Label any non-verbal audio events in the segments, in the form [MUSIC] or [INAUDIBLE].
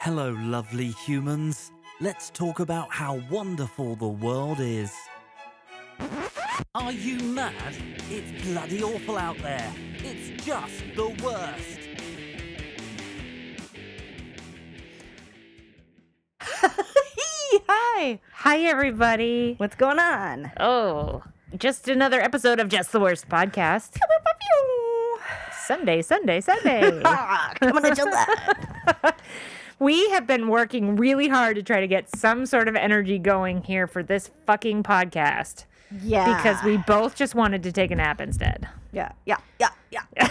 Hello, lovely humans. Let's talk about how wonderful the world is. Are you mad? It's bloody awful out there. It's just the worst. Hi. Hi, everybody. What's going on? Oh, just another episode of Just the Worst Podcast. Sunday, Sunday, Sunday. [LAUGHS] Ah, come on, Angela. we have been working really hard to try to get some sort of energy going here for this fucking podcast yeah. [LAUGHS] because we both just wanted to take a nap instead. Yeah. Yeah. Yeah. [LAUGHS] Yeah.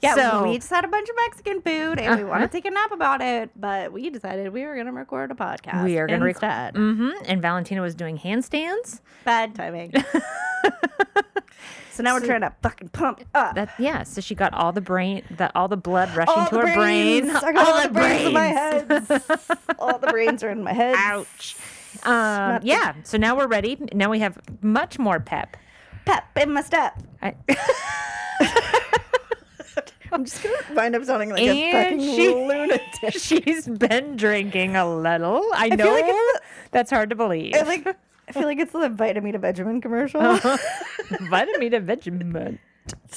Yeah, So- Uh-huh. we just had a bunch of Mexican food and we want to take a nap about it, but we decided we were going to record a podcast. We are going to instead. record. hmm And Valentina was [LAUGHS] doing handstands. Bad timing. [LAUGHS] so now we're trying to fucking pump up. That yeah. So she got all the brain, that all the blood rushing all to the her brain. brains. I got all, the brains, in my head. all the brains are in my head. [LAUGHS] Ouch. Um, yeah. So now we're ready. Now we have much more pep. Pep in my step. I- [LAUGHS] I'm just going to wind up sounding like a And fucking she- lunatic. She's been drinking a little. I feel know like it's that's hard to believe. [LAUGHS] I like. I feel like it's the vitamin E to Benjamin commercial. Uh-huh. Vitamin E to vitamin.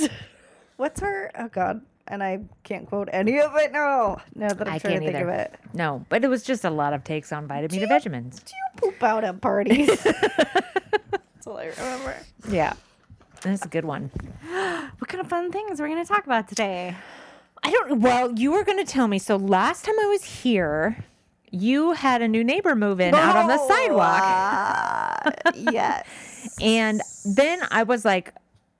[LAUGHS] What's her? Oh God! And I can't quote any of it now. Now that I'm I trying can't to think either. of it. No, but it was just a lot of takes on vitamin E to vitamins. Do you poop out at [LAUGHS] parties? That's all I remember. [LAUGHS] Yeah. That's a good one. What kind of fun things we're gonna talk about today? I don't. Well, you were going to tell me. So last time I was here, you had a new neighbor move in out on the sidewalk. Oh, uh, [LAUGHS] yes. And then I was like,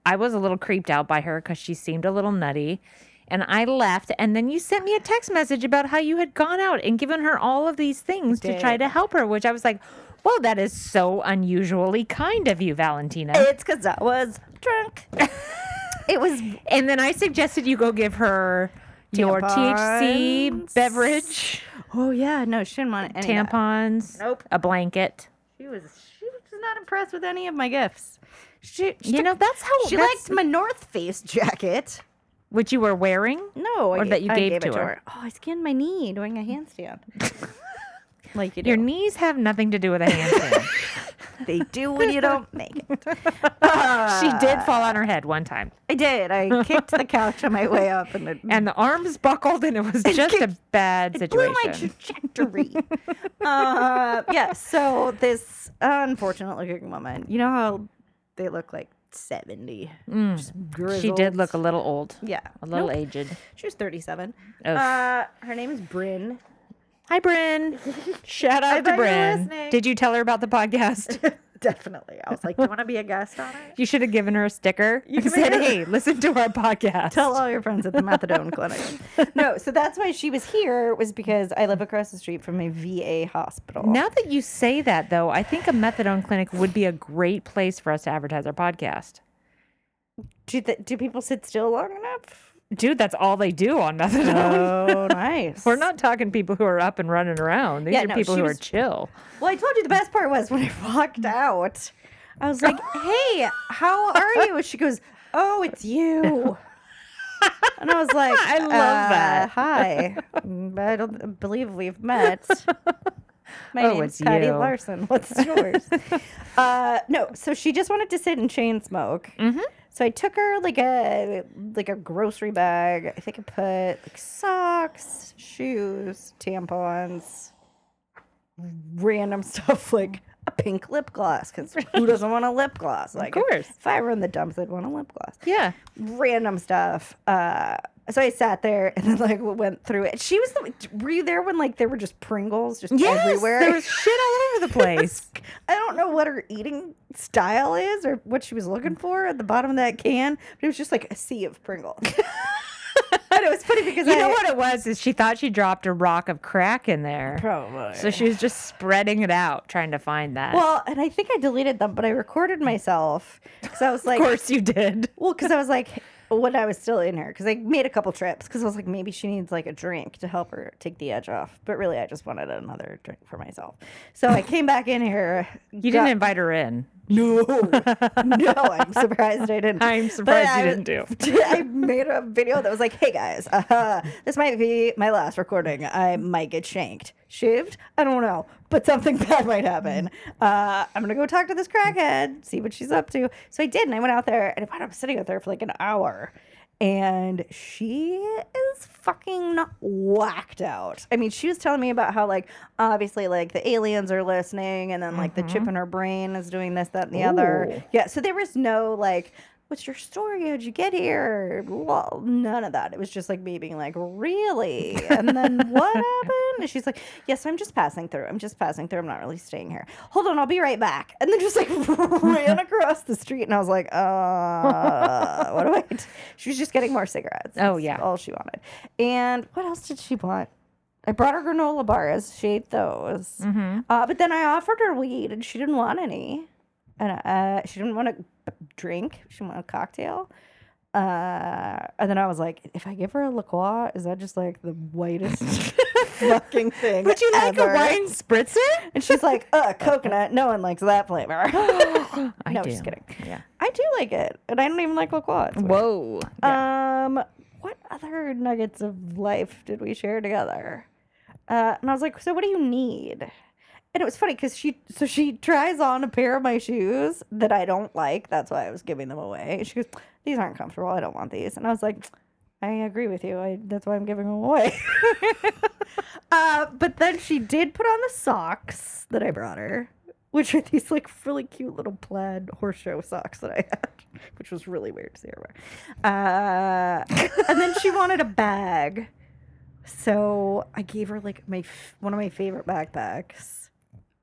I was a little creeped out by her because she seemed a little nutty. And I left. And then you sent me a text message about how you had gone out and given her all of these things to try did. to help her, which I was like, well, that is so unusually kind of you, Valentina. It's because I was [LAUGHS] drunk. it was and then I suggested you go give her your THC Tampons. beverage, Oh yeah, no, she didn't want any. of that. tampons, Nope. a blanket. She was she was not impressed with any of my gifts. She, she You know, that's how she that's liked my North Face jacket. what you were wearing. No, Or I, that you I gave it to her. Oh, I skinned my knee doing a [LAUGHS] handstand. like you do. Your knees have nothing to do with a handstand. they do when you don't make it. she Uh, did fall on her head one time. [LAUGHS] I did. I kicked the couch on my way up and it and the arms buckled, and it [LAUGHS] was just a bad blew situation. my trajectory. [LAUGHS] uh, yeah. So this unfortunate looking woman, you know how they look like seventy. Just she grizzled. did look a little old, Yeah. a little Nope. aged. She was thirty-seven. Oof. Uh, her name is Bryn. [LAUGHS] Hi, Bryn. Shout out thought to you were Bryn. listening. Did you tell her about [LAUGHS] the podcast? Definitely. I was like, "Do you want to be a guest on it?" you should have given her a sticker. You can said, make her- "Hey, listen to our [LAUGHS] podcast." Tell all your friends at the methadone [LAUGHS] clinic. No, so that's why she was here was because I live across the street from a VA hospital. now that you say that, though, I think a methadone clinic would be a great place for us to advertise our podcast. do th- do people sit still long enough? Dude, that's all they do on [LAUGHS] methadone. Oh, nice. We're not talking people who are up and running around. These Yeah, are no, people she who was- are chill. Well, I told you the best part was when I [LAUGHS] walked out. I was [LAUGHS] like, "Hey, how are you?" And she goes, "Oh, it's you." And I was like, [LAUGHS] I love uh, that. Hi, Mm, I don't believe we've [LAUGHS] met. My Oh, name's it's Patty you. Larson. [LAUGHS] What's yours? uh, no, so she just wanted to sit and chain smoke. Mm-hmm. So I took her like a like a grocery bag. I think I put like socks, shoes, tampons, random [LAUGHS] stuff like a pink lip gloss. Because who doesn't want a lip gloss? Like, course. if I were in the dumps, I'd want a lip gloss Yeah. random stuff. Uh, so I sat there and then like went through it. She was the, were you there when like there were just Pringles just everywhere? There was shit all over the place. [LAUGHS] I don't know what her eating style is or what she was looking for at the bottom of that can, but it was just like a sea of Pringles. [LAUGHS] and it was funny because You I know what it was is she thought she dropped a rock of crack in there. probably. So she was just spreading it out, trying to find that. well, and I think I deleted them, but I recorded myself because I was of like, course you did. Well, because I was like, when I was still in her because I made a couple trips because I was like, maybe she needs like a drink to help her take the edge off. But really, I just wanted another drink for myself. So I came back in here. [LAUGHS] You didn't invite her in. No, [LAUGHS] no, I'm surprised I didn't. [LAUGHS] I'm surprised I you was- [LAUGHS] didn't do. I made a video that was like, "Hey guys, uh, this might be my last recording. I might get shanked, shaved. I don't know, but something [LAUGHS] bad might happen. Uh, I'm gonna go talk to this crackhead, see what she's up to." So I did, and I went out there, and I wound up sitting out there for like an hour, and she is fucking whacked out. I mean, she was telling me about how like obviously like the aliens are listening, and then like the chip in her brain is doing this, that, and the Ooh. other. Yeah, so there was no like, what's your story? How'd you get here? Well, none of that. It was just like me being like, really? And then what happened? And she's like, yes, I'm just passing through. I'm just passing through. I'm not really staying here. Hold on, I'll be right back. And then just like [LAUGHS] ran across the street, and I was like, uh, what do I? Do? She was just getting more cigarettes. Oh, That's yeah. all she wanted. And what else did she want? I brought her granola bars. She ate those. Mm-hmm. Uh, but then I offered her weed, and she didn't want any. And uh, she didn't want to drink. She wanted a cocktail. Uh, and then I was like, if I give her a LaCroix, is that just like the whitest fucking thing? Would you like ever? a wine spritzer? And she's like, uh, coconut. No one likes that flavor. no, I do. just kidding. Yeah. I do like it, and I don't even like LaCroix. It's weird. Whoa. Um, what other nuggets of life did we share together? Uh, and I was like, so what do you need? And it was funny because she, so she tries on a pair of my shoes that I don't like. That's why I was giving them away. She goes, these aren't comfortable. I don't want these. And I was like, I agree with you. I, that's why I'm giving them away. [LAUGHS] uh, but then she did put on the socks that I brought her, which are these like really cute little plaid horseshoe socks that I had, [LAUGHS] which was really weird to see her wear. Uh, and then she wanted a bag. So I gave her like my f- one of my favorite backpacks.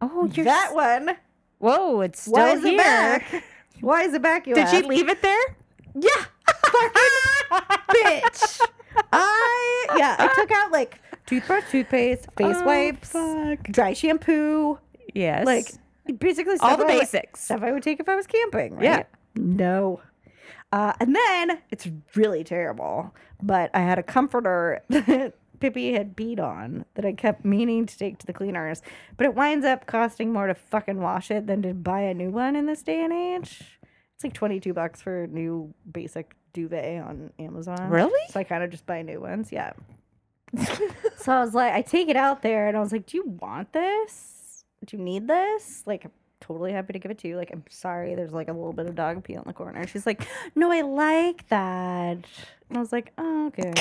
oh, you're that s- one. Whoa, it's still Why is here. it back? Why is it back? You Did she ask? leave it there? Yeah. Fucking bitch. I yeah, I took out like toothbrush, toothpaste, face Oh, wipes, fuck. dry shampoo, Yes. like basically all stuff the I would- basics. stuff I would take if I was camping. Right? Yeah. No. Uh, and then it's really terrible, but I had a comforter [LAUGHS] that Pippi had beat on that I kept meaning to take to the cleaners, but it winds up costing more to fucking wash it than to buy a new one in this day and age. It's like 22 bucks for a new basic duvet on Amazon. Really? So I kind of just buy new ones. Yeah. so I was like, I take it out there and I was like, do you want this? Do you need this? Like, I'm totally happy to give it to you. Like, I'm sorry, there's like a little bit of dog pee in the corner. She's like, no, I like that. And I was like, oh, okay.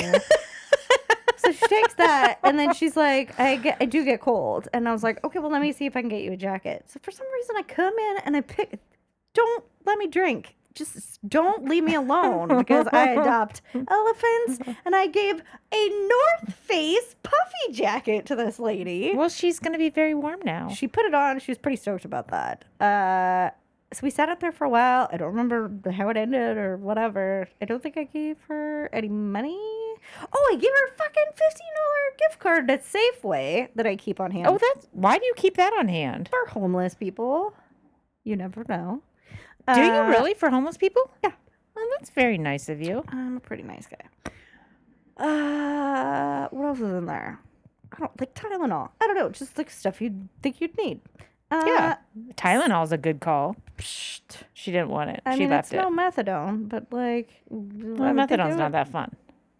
so she takes that and then she's like, I, get, I do get cold. And I was like, okay, well, let me see if I can get you a jacket. So for some reason, I come in and I pick, don't let me drink. Just don't leave me alone because I [LAUGHS] adopt [LAUGHS] elephants and I gave a North Face puffy jacket to this lady. well, she's gonna be very warm now. She put it on. She was pretty stoked about that. Uh, so we sat up there for a while. I don't remember how it ended or whatever. I don't think I gave her any money. Oh, I gave her a fucking fifteen dollar gift card at Safeway that I keep on hand Oh, that's why do you keep that on hand? for homeless people. You never know. Do Uh, you really for homeless people? yeah. Well, that's very nice of you. I'm a pretty nice guy. Uh, what else is in there? I don't like Tylenol. I don't know, just like stuff you'd think you'd need. Uh, Yeah. Tylenol's a good call. psht. She didn't want it. I she mean, left it's it. no methadone, but like, well, Well, methadone's not that fun.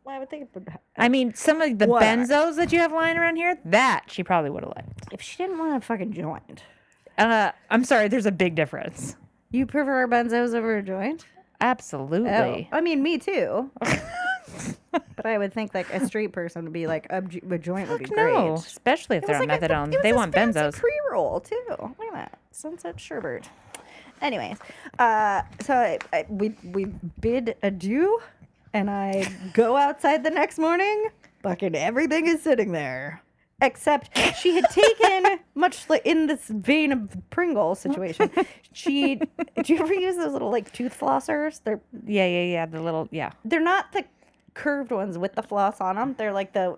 I would think it would. I mean, some of the Whatever. benzos that you have lying around here, that she probably would have liked. If she didn't want to fucking joint, Uh, I'm sorry, there's a big difference. you prefer benzos over a joint? Oh, Absolutely. I mean, me [LAUGHS] too. but I would think like a street person would be like a, ju- a joint would be great. No, especially if It they're was on like a- methadone. it was they a want fancy benzos. Pre-roll too. Look at that sunset sherbet. Anyways, uh, so I, I, we we bid adieu, and I go outside the next morning. Fucking everything is sitting there. Except she had [LAUGHS] taken much like in this vein of Pringle situation. She, do you ever use those little like tooth flossers? They're Yeah, yeah, yeah. The little, yeah. they're not the curved ones with the floss on them. They're like the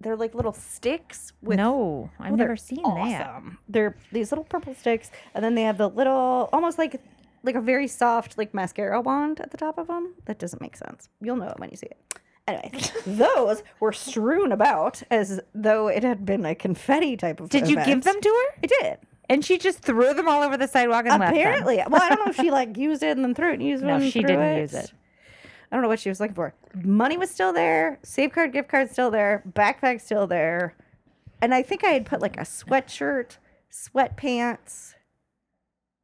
they're like little sticks with no, I've well, they're never seen that. awesome. They're these little purple sticks, and then they have the little, almost like like a very soft like mascara wand at the top of them. That doesn't make sense. You'll know it when you see it. [LAUGHS] Anyway, those were strewn about as though it had been a confetti type of. Did you give event. them to her? I did. And she just threw them all over the sidewalk and left them. Apparently, well, I don't know if she like used it and then threw it and used [LAUGHS] No, one. she threw didn't use it. I don't know what she was looking for. Money was still there. Save card, gift card still there. Backpack still there. And I think I had put like a sweatshirt, sweatpants,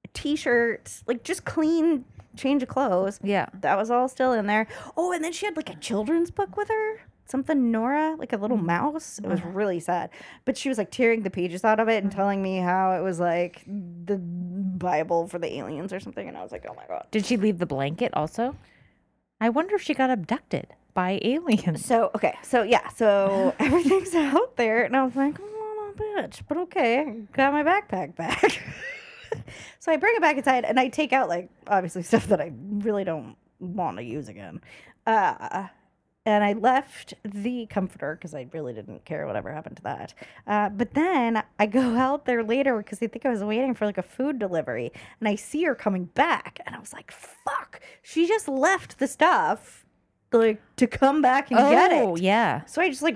a t-shirt, like just clean change of clothes. Yeah. That was all still in there. Oh, and then she had like a children's book with her. Something Nora, like a little mouse. It was really sad. But she was like tearing the pages out of it and telling me how it was like the Bible for the aliens or something. And I was like, oh my God. Did she leave the blanket also? I wonder if she got abducted by [LAUGHS] aliens. So, okay. So, yeah. So everything's out there. And I was like, oh, I'm a bitch. But okay. I Got my backpack back. [LAUGHS] so I bring it back inside and I take out, like, obviously stuff that I really don't want to use again. Uh, and I left the comforter because I really didn't care whatever happened to that. Uh, but then I go [LAUGHS] out there later because I think I was waiting for like a food delivery and I see her coming back and I was like, fuck, she just left the stuff like to come back and get it. Oh, yeah. So I just like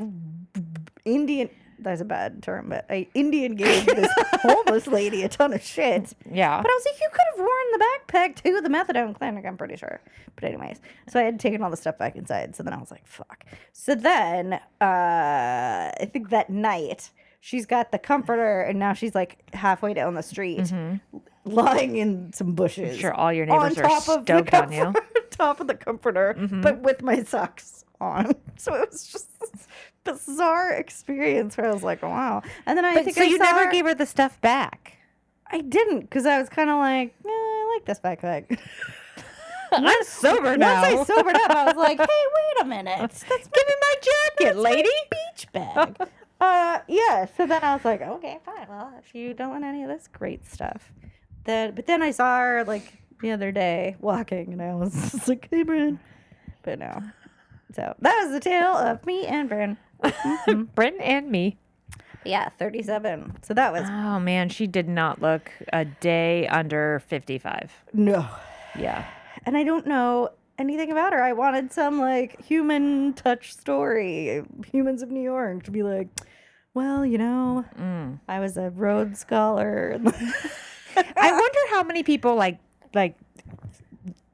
Indian. That's a bad term, but I Indian gave this [LAUGHS] homeless lady a ton of shit. Yeah. But I was like, you could have worn the backpack to the methadone clinic, I'm pretty sure. But anyways, so I had taken all the stuff back inside. So then I was like, fuck. So then uh, I think that night she's got the comforter and now she's like halfway down the street lying in some bushes. Mm-hmm. sure all your neighbors are stoked on you. [LAUGHS] top of the comforter, Mm-hmm. but with my socks on. [LAUGHS] So it was just this bizarre experience where I was like, wow. And then I But think so I you saw never her- gave her the stuff [LAUGHS] back. I didn't because I was kind of like, eh, I like this backpack. I'm sober Once I sobered up, I was [LAUGHS] like, hey, wait a minute. That's my Give me my jacket, lady. beach bag. [LAUGHS] uh, yeah. So then I was like, okay, fine. Well, if you don't want any of this great stuff. Then, but then I saw her like the other day walking and I was [LAUGHS] just like, hey, Bryn. But no. So that was the tale of me and [LAUGHS] Bryn. Mm. Bryn and me. Yeah, 37. So that was Oh man, she did not look a day under 55. no. Yeah. and I don't know anything about her. I wanted some like human touch story, humans of New York, to be like, well, you know, Mm. I was a Rhodes scholar. [LAUGHS] I wonder how many people like like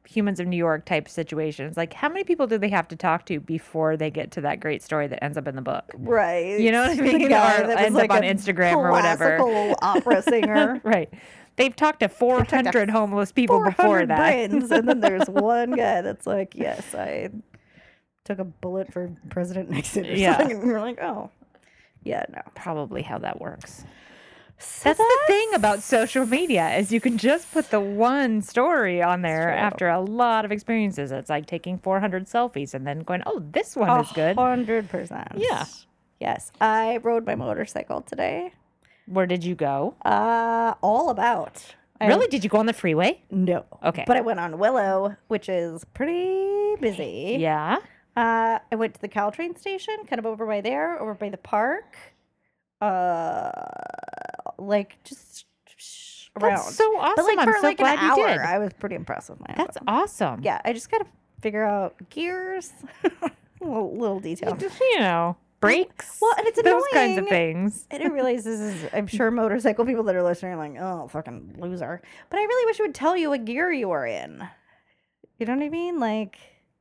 humans of New York type situations. Like how many people do they have to talk to before they get to that great story that ends up in the book? right. You know what I mean? The guy Or that ends was up like on a Instagram or whatever. classical [LAUGHS] opera singer. Right. They've talked to 400 homeless people before 400 that. brains, and then [LAUGHS] there's one guy that's like, yes, I took a bullet for President Nixon or Yeah. something. And you're like, oh, yeah, no. Probably how that works. That's the thing about social media is you can just put the one story on there true. after a lot of experiences. It's like taking 400 selfies and then going, "Oh, this one is good." Hundred percent. Yeah. Yes, I rode my motorcycle today. Where did you go? Uh, all about. I- really? Did you go on the freeway? No. Okay. But I went on Willow, which is pretty busy. Yeah. Uh, I went to the Caltrain station, kind of over by there, over by the park. Uh, like just sh- around. That's so awesome. But like I'm for so like glad an hour, you did. I was pretty impressed with my. That's That's awesome. yeah. I just gotta figure out gears, [LAUGHS] little, little details. You know, brakes. well, and it's those kinds of annoying. things. I didn't realize this is. I'm sure motorcycle people that are listening are like, "Oh, fucking loser." But I really wish it would tell you what gear you are in. You know what I mean? Like,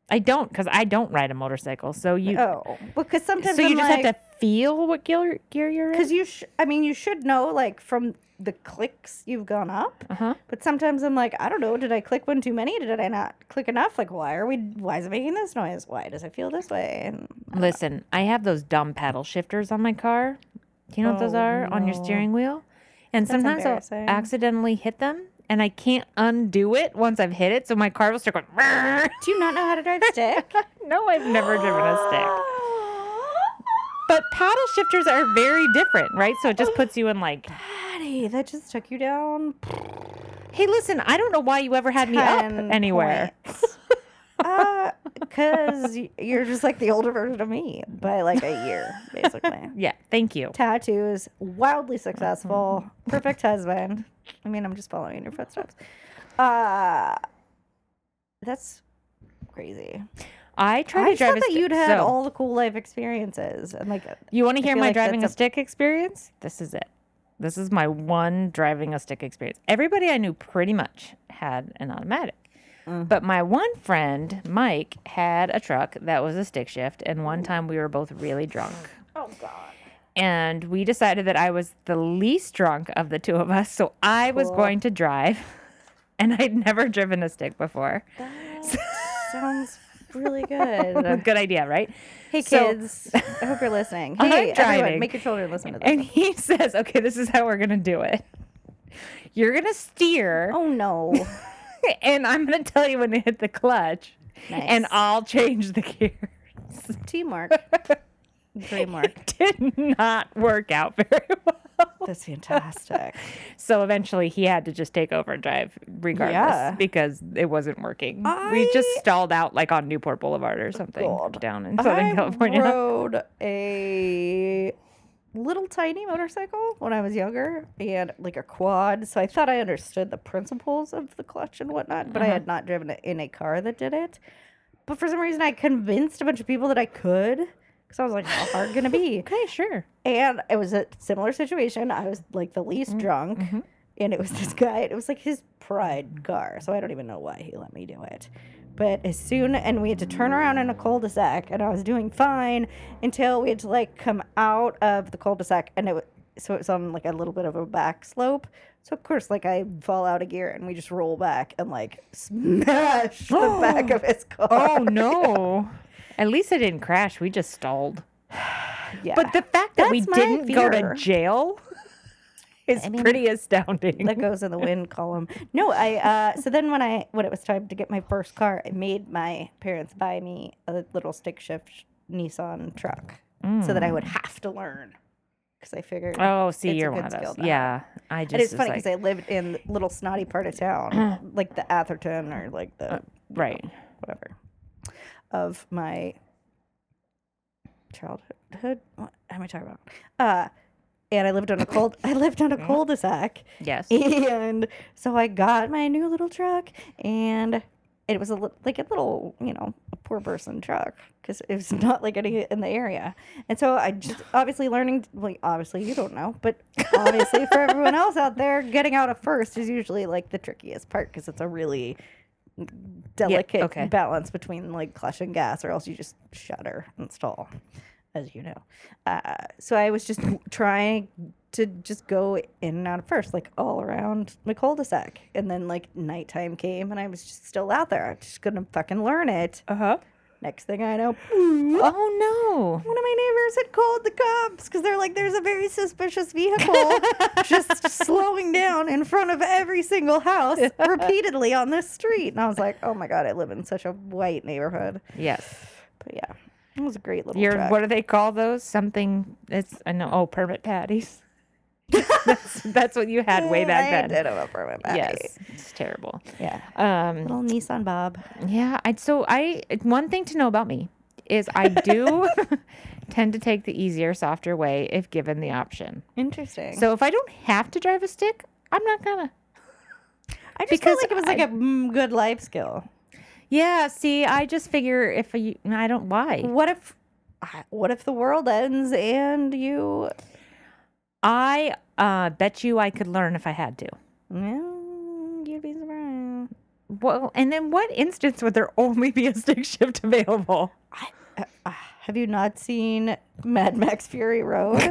I don't because I don't ride a motorcycle. So you, oh, because sometimes so you I'm just like, have to feel what gear, gear you're in. because you. Sh- I mean, you should know like from the clicks you've gone up. Uh-huh. But sometimes I'm like, I don't know. Did I click one too many? Did I not click enough? Like, why are we? Why is it making this noise? Why does it feel this way? And Listen, I have those dumb paddle shifters on my car. Do you know what those Oh, are on your no. steering wheel? And That's sometimes I'll embarrassing. accidentally hit them and I can't undo it once I've hit it. So my car will start going, "Brrr." do you not know how to drive stick? no, I've [LAUGHS] never driven a stick. But paddle shifters are very different, right? So it just puts you in [GASPS] like, Patty, that just took you down hey, listen, I don't know why you ever had me up 10 anywhere. points. [LAUGHS] uh, because you're just like the older version of me by like a year, [LAUGHS] basically. Yeah, thank you. Mm-hmm. Tattoos, wildly successful, perfect husband. I mean, I'm just following in your footsteps. Uh, that's crazy. I tried I to drive thought a that stick- you'd had so, all the cool life experiences and [LAUGHS] like You want to hear feel my like driving a that's a- stick experience? This is it. This is my one driving a stick experience. Everybody I knew pretty much had an automatic. Mm-hmm. But my one friend, Mike, had a truck that was a stick shift. And one time we were both really drunk. [SIGHS] oh god. And we decided that I was the least drunk of the two of us. So I was Cool. going to drive. [LAUGHS] And I'd never driven a stick before. [LAUGHS] Sounds [LAUGHS] really good. Good idea, right? hey So- kids, I hope you're listening. I'm Hey, driving. everyone, make your children listen to this. And he [LAUGHS] says, okay, this is how we're going to do it. You're going to steer, oh no. [LAUGHS] and I'm going to tell you when to hit the clutch, and Nice. I'll change the gears. Teamwork. Dreamwork. [LAUGHS] Did not work out very [LAUGHS] well. That's [LAUGHS] fantastic. So eventually he had to just take over and drive regardless Yeah. because it wasn't working. We just I- stalled out like on Newport Boulevard or something God. down in Southern I California. rode a little tiny motorcycle when I was younger and like a quad. So I thought I understood the principles of the clutch and whatnot, but I had not driven it in a car that did it. But for some reason, I convinced a bunch of people that I could because I was like, how hard can it be? [LAUGHS] Okay, sure. And it was a similar situation. I was like the least Mm-hmm. drunk. And it was [LAUGHS] this guy, it was like his pride car. So I don't even know why he let me do it. But as soon, and we had to turn around in a cul de sac, and I was doing fine until we had to like come out of the cul de sac. And it was, so it was on like a little bit of a back slope. So of course, like I fall out of gear and we just roll back and like smash [GASPS] the back of his car. Oh no. [LAUGHS] At least it didn't crash. We just stalled. [LAUGHS] yeah. But the fact that we That's my didn't go to fear. jail [LAUGHS] is I mean- pretty astounding. that goes in [LAUGHS] the win column. No, I uh so then when I when it was time to get my first car, I made my parents buy me a little stick shift Nissan truck so that I would have to learn cuz I figured Mm. oh, see, it's a you're good one of skill those. to have. Yeah, I just And it's was funny like, because I lived in the little snotty part of [CLEARS THROAT] town, like the Atherton or like Uh, the right. whatever of my childhood. What am I talking about? Uh, and I lived [COUGHS] on a cold. I lived on a Mm. cul-de-sac, Yes. [LAUGHS] and so I got my new little truck, and it was a lit- like a little, you know, a poor person truck because it was [LAUGHS] not like any in the area. And so I just obviously learning. Well, obviously you don't know, but obviously for everyone else out there, getting out of first is usually like the trickiest part because it's a really delicate okay. balance between like clutch and gas, or else you just shudder and stall, as you know. Uh, so I was just trying to just go in and out at first, like all around my cul-de-sac, and then like nighttime came, and I was just still out there. I just couldn't fucking learn it. Uh huh. Next thing I know, Oh no. one of my neighbors had called the cops because they're like, there's a very suspicious [LAUGHS] vehicle just slowing down in front of every single [LAUGHS] house repeatedly on this street. And I was like, oh my God, I live in such a white neighborhood. Yes. But yeah, it was a great little You're. truck. What do they call those? Something. It's. I know. Oh, permit patties. [LAUGHS] [LAUGHS] that's that's what you had way I back did then. have a permit back. Yes. It's terrible. Yeah. Um. Little Nissan Bob. Yeah, I so I one thing to know about me is [LAUGHS] I do [LAUGHS] tend to take the easier, softer way if given the option. Interesting. So So if I don't have to drive a stick, I'm not gonna. I just felt because like it was like I- a mm, good life skill. Yeah, see, I just figure if you, I don't why. What if, I- what if the world ends and you? I uh, bet you I could learn if I had to. Mm, you'd be surprised. Well, and then what instance would there [LAUGHS] only be a stick shift available? Uh, Have you not seen Mad Max Fury Road? [LAUGHS]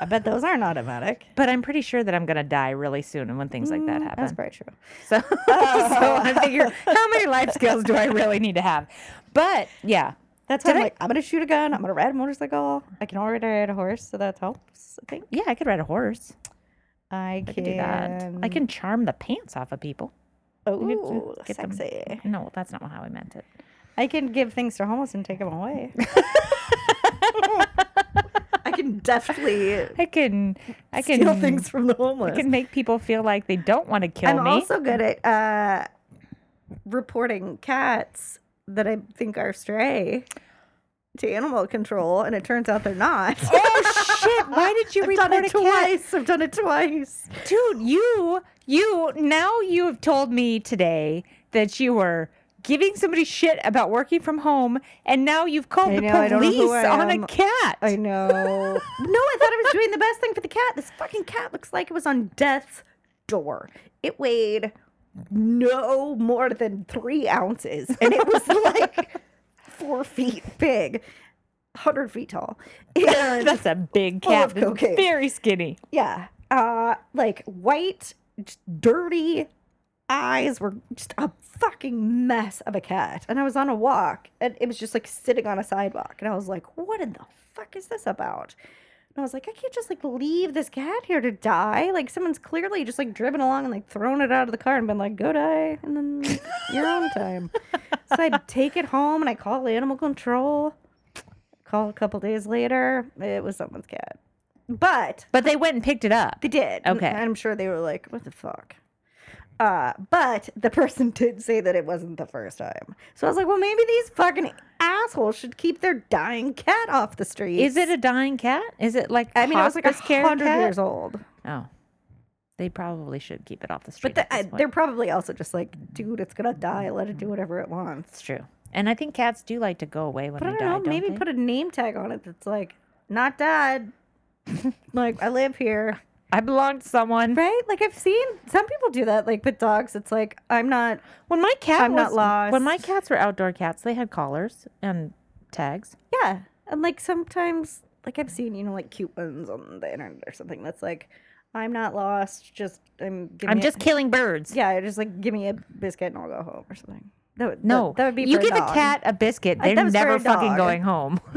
I bet those aren't automatic. But I'm pretty sure that I'm gonna die really soon, and when things like that happen, That's probably true. So, [LAUGHS] so I figure, how many life skills do I really need to have? But yeah, That's why Did I'm I- like, I'm gonna shoot a gun. I'm gonna ride a motorcycle. I can already ride a horse, so that helps. I think yeah, I could ride a horse. I can. I could do that. I can charm the pants off of people. Oh, Get them- sexy. No, that's not how I meant it. I can give things to homeless and take them [LAUGHS] away. I can deftly I can, I can, steal things from the homeless. I can make people feel like they don't want to kill I'm me. also good at uh, reporting cats that I [LAUGHS] think are stray to animal control, and it turns out they're not. oh shit! Why did [LAUGHS] you I've done report it a cat, twice. I've done it twice. dude? You, you. Now you have told me today that you were giving somebody shit about working from home, and now you've called I the know, I don't know who police I on am. a cat. I know. no, I thought I was doing the best thing for the cat. This fucking cat looks like it was on death's door. It weighed no more than three ounces, and it was [LAUGHS] like four feet big, hundred feet tall. And That's a big Full of cat. that's cocaine. Very skinny. yeah, uh, like white, just dirty eyes were just a fucking mess of a cat. And I was on a walk, and it was just like sitting on a sidewalk, and I was like, "What in the fuck is this about?" And I was like, "I can't just like leave this cat here to die. Like someone's clearly just like driven along and like thrown it out of the car and been like, go die, and then [LAUGHS] you're on time." so I take it home, and I call animal control. Call a couple days later, it was someone's cat. But But they went and picked it up. they did. and Okay. I'm sure they were like, what the fuck? Uh, but the person [LAUGHS] did say that it wasn't the first time. So I was like, well, maybe these fucking assholes should keep their dying cat off the street. Is it a dying cat? Is it like I mean, I was like a hospice care hundred cat? years old. Oh, they probably should keep it off the street. But the, uh, at I, this point. they're probably also just like, dude, it's gonna die. Let it do whatever it wants. It's true. And I think cats do like to go away when But I they don't die. know. don't maybe they? put a name tag on it that's like, not dead. [LAUGHS] like I live here. I belong to someone. Right? Like I've seen some people do that. Like with dogs, it's like I'm not. When my cat I'm not was- When my lost. cats were outdoor cats, they had collars and tags. Yeah. And like sometimes, like I've seen, you know, like cute ones on the internet or something that's like, I'm not lost. Just, I'm, give I'm me a-" just killing [LAUGHS] birds. yeah, just like, give me a biscuit and I'll go home or something. That would, No, that, that would be you for give a, dog. a cat a biscuit, Uh, they're that was for never a fucking dog. [LAUGHS] going home. [LAUGHS]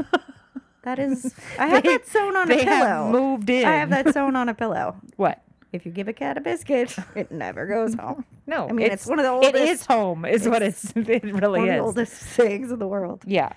That is, I have They- that sewn on a they pillow. have moved in. I have [LAUGHS] that sewn on a pillow. What? If you give a cat a [LAUGHS] biscuit, it never goes home. No, I mean, it's one of the It is oldest- home, is what it's. [LAUGHS] It really One of is. the oldest [LAUGHS] things in the world. Yeah,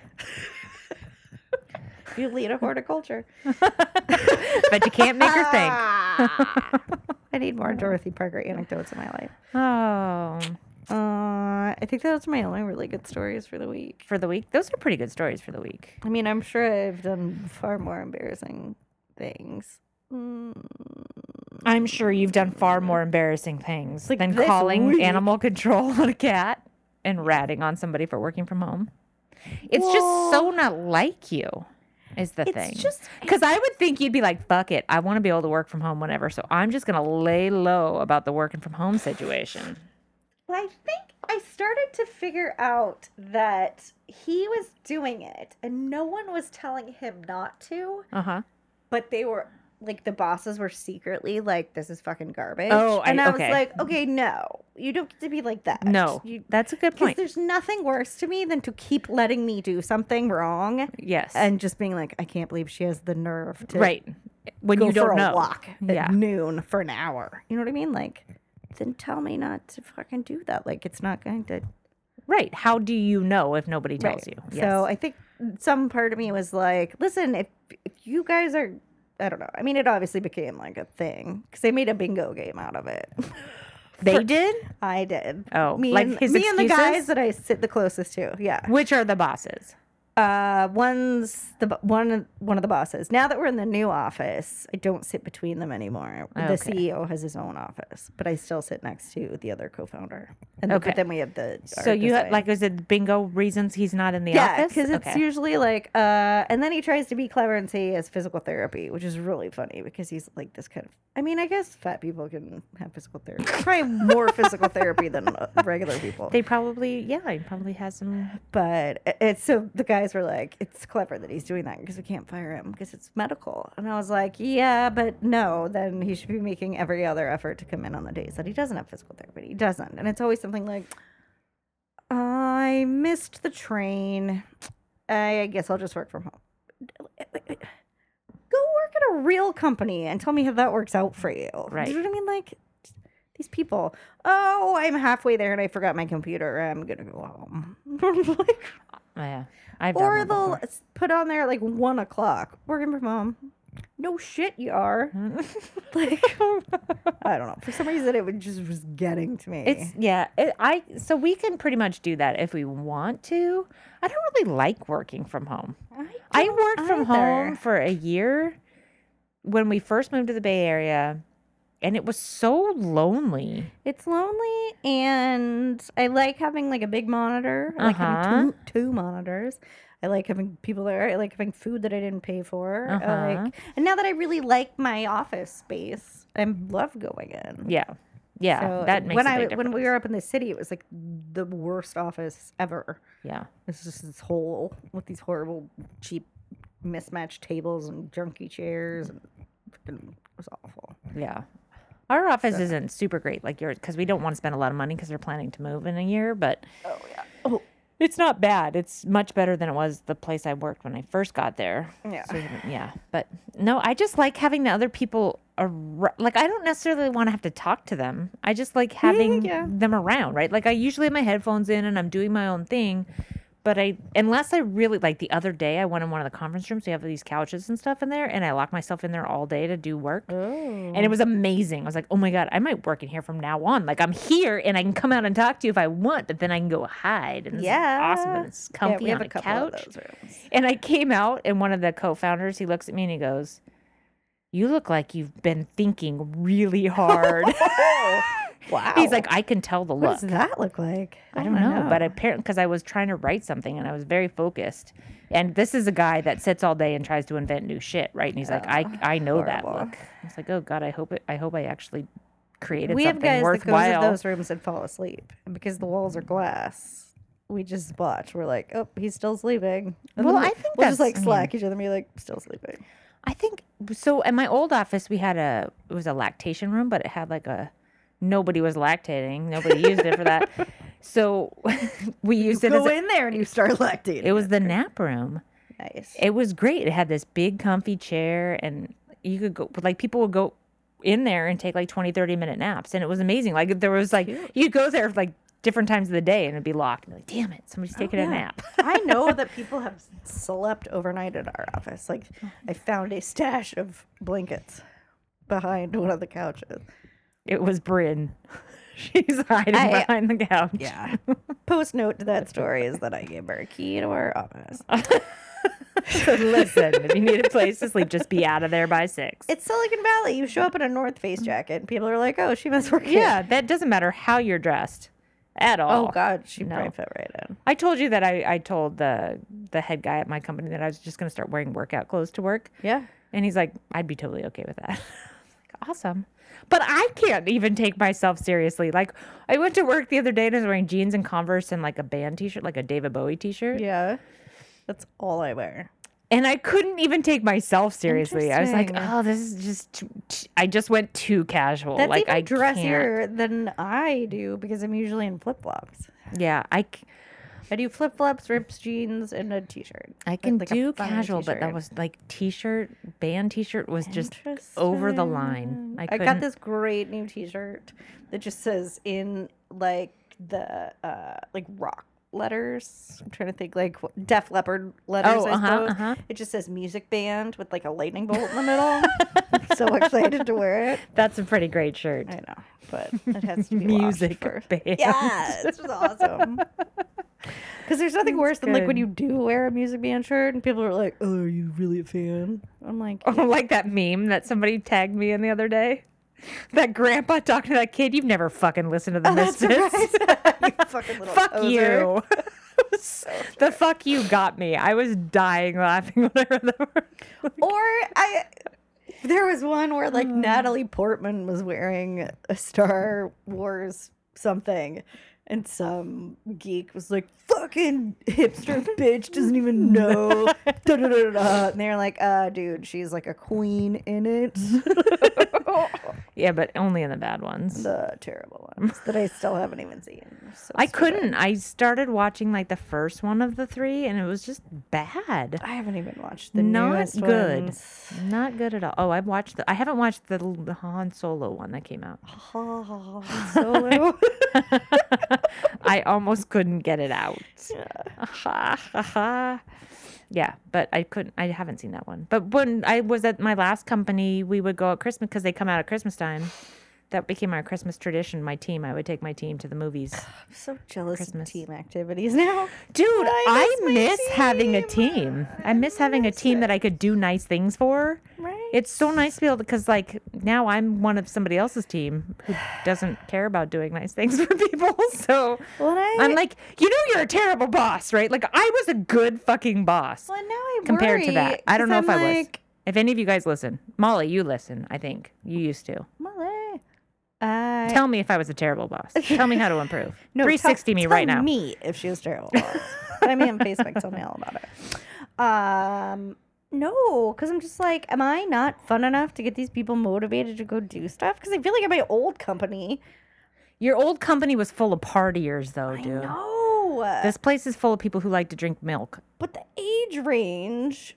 If you [LAUGHS] lead a horticulture. but you can't make her [LAUGHS] think. [LAUGHS] I need more Dorothy Parker anecdotes in my life. Oh, Uh, I think those are my only really good stories for the week. for the week, those are pretty good stories for the week. I mean, I'm sure I've done far more embarrassing things. I'm sure you've done far more embarrassing things Like than this calling week. animal control on a cat and ratting on somebody for working from home. It's just so not like you, is the It's thing. just- because I would think you'd be like, "Fuck it, I want to be able to work from home whenever." So I'm just gonna lay low about the working from home situation. Well, I think I started to figure out that he was doing it and no one was telling him not to, Uh huh. but they were like the bosses were secretly like, this is fucking garbage. Oh, I- and I okay. was like, okay, no, you don't get to be like that. No, that's a good Because point. there's nothing worse to me than to keep letting me do something wrong Yes. and just being like, I can't believe she has the nerve to right when go you don't for know. a walk at Yeah. noon for an hour. You know what I mean? Like, then tell me not to fucking do that. Like, it's not going to. Right. How do you know if nobody tells you? So I think some part of me was like, listen, if if you guys are, I don't know. I mean, it obviously became like a thing because they made a bingo game out of it. [LAUGHS] they did. I did. Oh, me like and, his me and the guys excuses? that I sit the closest to. Yeah. Which are the bosses? Uh, one's the bo- one of- one of the bosses. Now that we're in the new office, I don't sit between them anymore. Okay. The CEO has his own office, but I still sit next to the other co-founder. And Okay. but then we have the So our you had design. like is it bingo reasons he's not in the yeah, office? because it's Okay. usually like uh, and then he tries to be clever and say he has physical therapy, which is really funny because he's like this kind of. I mean, I guess fat people can have physical therapy, probably more physical therapy than uh, regular people. they probably yeah he probably has some but it- it's so the guys were like, it's clever that he's doing that because we can't fire him because it's medical. And I was like, yeah, but no, then he should be making every other effort to come in on the days that he doesn't have physical therapy. He doesn't. And it's always something like, I missed the train. I guess I'll just work from home. Go work at a real company and tell me how that works out for you. Right. Do you know what I mean? Like, these people. Oh, I'm halfway there and I forgot my computer. I'm gonna go home. [LAUGHS] like, Oh, yeah. I've done or that before. they'll s- put on there at like one o'clock. Working from home. No shit, you [LAUGHS] are. like, I don't know. For some reason, it would just was getting to me. It's yeah. It, I so we can pretty much do that if we want to. I don't really like working from home. I worked from either. home for a year, when we first moved to the Bay Area, and it was so lonely. It's lonely, and I like having like a big monitor. I like having Uh-huh. two, two monitors. I like having people there. I like having food that I didn't pay for. I Uh-huh. like, and now that I really like my office space, I love going in. Yeah, yeah, So that makes when a big I difference. when we were up in the city, it was like the worst office ever. yeah, It's just this hole with these horrible, cheap, mismatched tables and junky chairs, and freaking- it was awful. yeah. Our office isn't super great like yours because we don't want to spend a lot of money because they're planning to move in a year, but Oh yeah. it's not bad. It's much better than it was the place I worked when I first got there. Yeah. So, yeah. But no, I just like having the other people around. Like, I don't necessarily want to have to talk to them. I just like having yeah. them around, right? Like, I usually have my headphones in and I'm doing my own thing. But I, unless I really like the other day, I went in one of the conference rooms. We have these couches and stuff in there, and I locked myself in there all day to do work. Oh. Mm. And it was amazing. I was like, oh my God, I might work in here from now on. Like, I'm here and I can come out and talk to you if I want, but then I can go hide. And yeah. awesome. Yeah. And it's comfy yeah, we have on a a couple couch. Of those rooms. [LAUGHS] And I came out, and one of the co founders, he looks at me and he goes, You look like you've been thinking really hard. [LAUGHS] Oh, Wow. He's like, I can tell the what look. does that look like? Oh, I don't know, but apparently, because I was trying to write something and I was very focused. And this is a guy that sits all day and tries to invent new shit, right? And he's like, I, I know that horrible. look. It's like, oh God, I hope it. I hope I actually created we have something guys that worthwhile. goes in those rooms and fall asleep and because the walls are glass. We just watch. We're like, oh, he's still sleeping. And Well, then I we'll- think we'll just that's- like I mean- slack each other and be like, still sleeping. I think so. In my old office, we had a it was a lactation room, but it had like a nobody was lactating. Nobody used it for [LAUGHS] that. So [LAUGHS] we used it as Go a, in there and you start lactating. it was the nap room. nice. It was great. It had this big comfy chair and you could go like people would go in there and take like 20 30 minute naps and it was amazing. Like there was like you'd go there like different times of the day and it'd be locked. And be like, "Damn it, Oh, somebody's taking a nap." I know that people have slept overnight at our office. Like, I found a stash of blankets behind one of the couches. It was Bryn. [LAUGHS] She's hiding I- behind the couch. Yeah. Post note to that story is that I gave her a key to our [LAUGHS] office. So [LAUGHS] listen, if you need a place to sleep, just be out of there by six. It's Silicon Valley. You show up in a North Face jacket, and people are like, "Oh, she must work here." Mm-hmm. yeah, that doesn't matter how you're dressed at all. Oh God, she probably no. fit right in. I told you that I, I told the the head guy at my company that I was just gonna start wearing workout clothes to work. Yeah. And he's like, I'd be totally okay with that. [LAUGHS] I was like, awesome. But I can't even take myself seriously. Like I went to work the other day and I was wearing jeans and Converse and like a band t shirt, like a David Bowie t shirt. Yeah. That's all I wear. and I couldn't even take myself seriously. I was like, Interesting. oh, this is just. Too, t- I just went too casual. That's like even I dressier than I do because I'm usually in flip flops. Can't, yeah, I, c- I do flip flops, rips, jeans, and a t-shirt. I Like- can like a do funny casual, but that t-shirt. was like t-shirt band t-shirt was just over the line. I, I couldn't, got this great new T-shirt that just says in like the uh like rock letters. I'm trying to think like what- Def Leppard letters. Oh, I uh-huh, suppose. uh-huh. It just says music band with like a lightning bolt in the middle. [LAUGHS] I'm so excited to wear it. That's a pretty great shirt. I know, but it has to be washed Music first. [LAUGHS] band. Yeah, this was [LAUGHS] awesome. Because there's nothing worse than like when good. you do wear a music band shirt and people are like, "Oh, are you really a fan?" I'm like, [LAUGHS] Oh, like that meme that somebody tagged me in the other day. That grandpa talking to that kid. You've never fucking listened to the Oh, That's Misfits. right. [LAUGHS] you fucking little [LAUGHS] fuck poser. [LAUGHS] you. the fuck you got me. I was dying laughing [LAUGHS] when I read that. word. [LAUGHS] Or I there was one where Hmm. like Natalie Portman was wearing a Star Wars something and some geek was like fucking [LAUGHS] hipster bitch doesn't even know da, da, da, da, da." and they're like uh dude she's like a queen in [LAUGHS] it Yeah, but only in the bad ones. the terrible ones that i still haven't even seen So I stupid. couldn't. I started watching like the first one of the three, and it was just bad. i haven't even watched the Not newest [LAUGHS] good. ones. Not good at all. Oh, I've watched the. I haven't watched the l- the Han Solo one that came out. [LAUGHS] Oh, solo. I almost couldn't get it out. [LAUGHS] Yeah. but I couldn't. I haven't seen that one. But when I was at my last company, we would go at Christmas because they come out at Christmas time. That became our Christmas tradition. My team, I would take my team to [SIGHS] the movies. I'm so jealous Christmas. of team activities now. Dude, I I miss miss, my having a team. team. I miss having a team that I could do nice things for Right. it's so nice to be able to, because like now I'm one of somebody else's team who doesn't care about doing nice things [LAUGHS] for people. So Well, and I- I'm like, you know, you're a terrible boss, right? Like I was a good fucking boss Well, now I compared to worry, that. I don't know 'cause if I'm I was. like, If any of you guys listen, Molly, you listen. I think you used to. Molly, I Tell me if I was a [LAUGHS] terrible boss. Tell me how to improve. No, tell- 360 me tell right now. Me if she was [LAUGHS] terrible. Find me on Facebook. Tell me all about it. Um, no, because I'm just like, am I not fun enough to get these people motivated to go do stuff? Because I feel like at my old company, Your old company was full of partiers, though, dude. no, This place is full of people who like to drink milk. but the age range.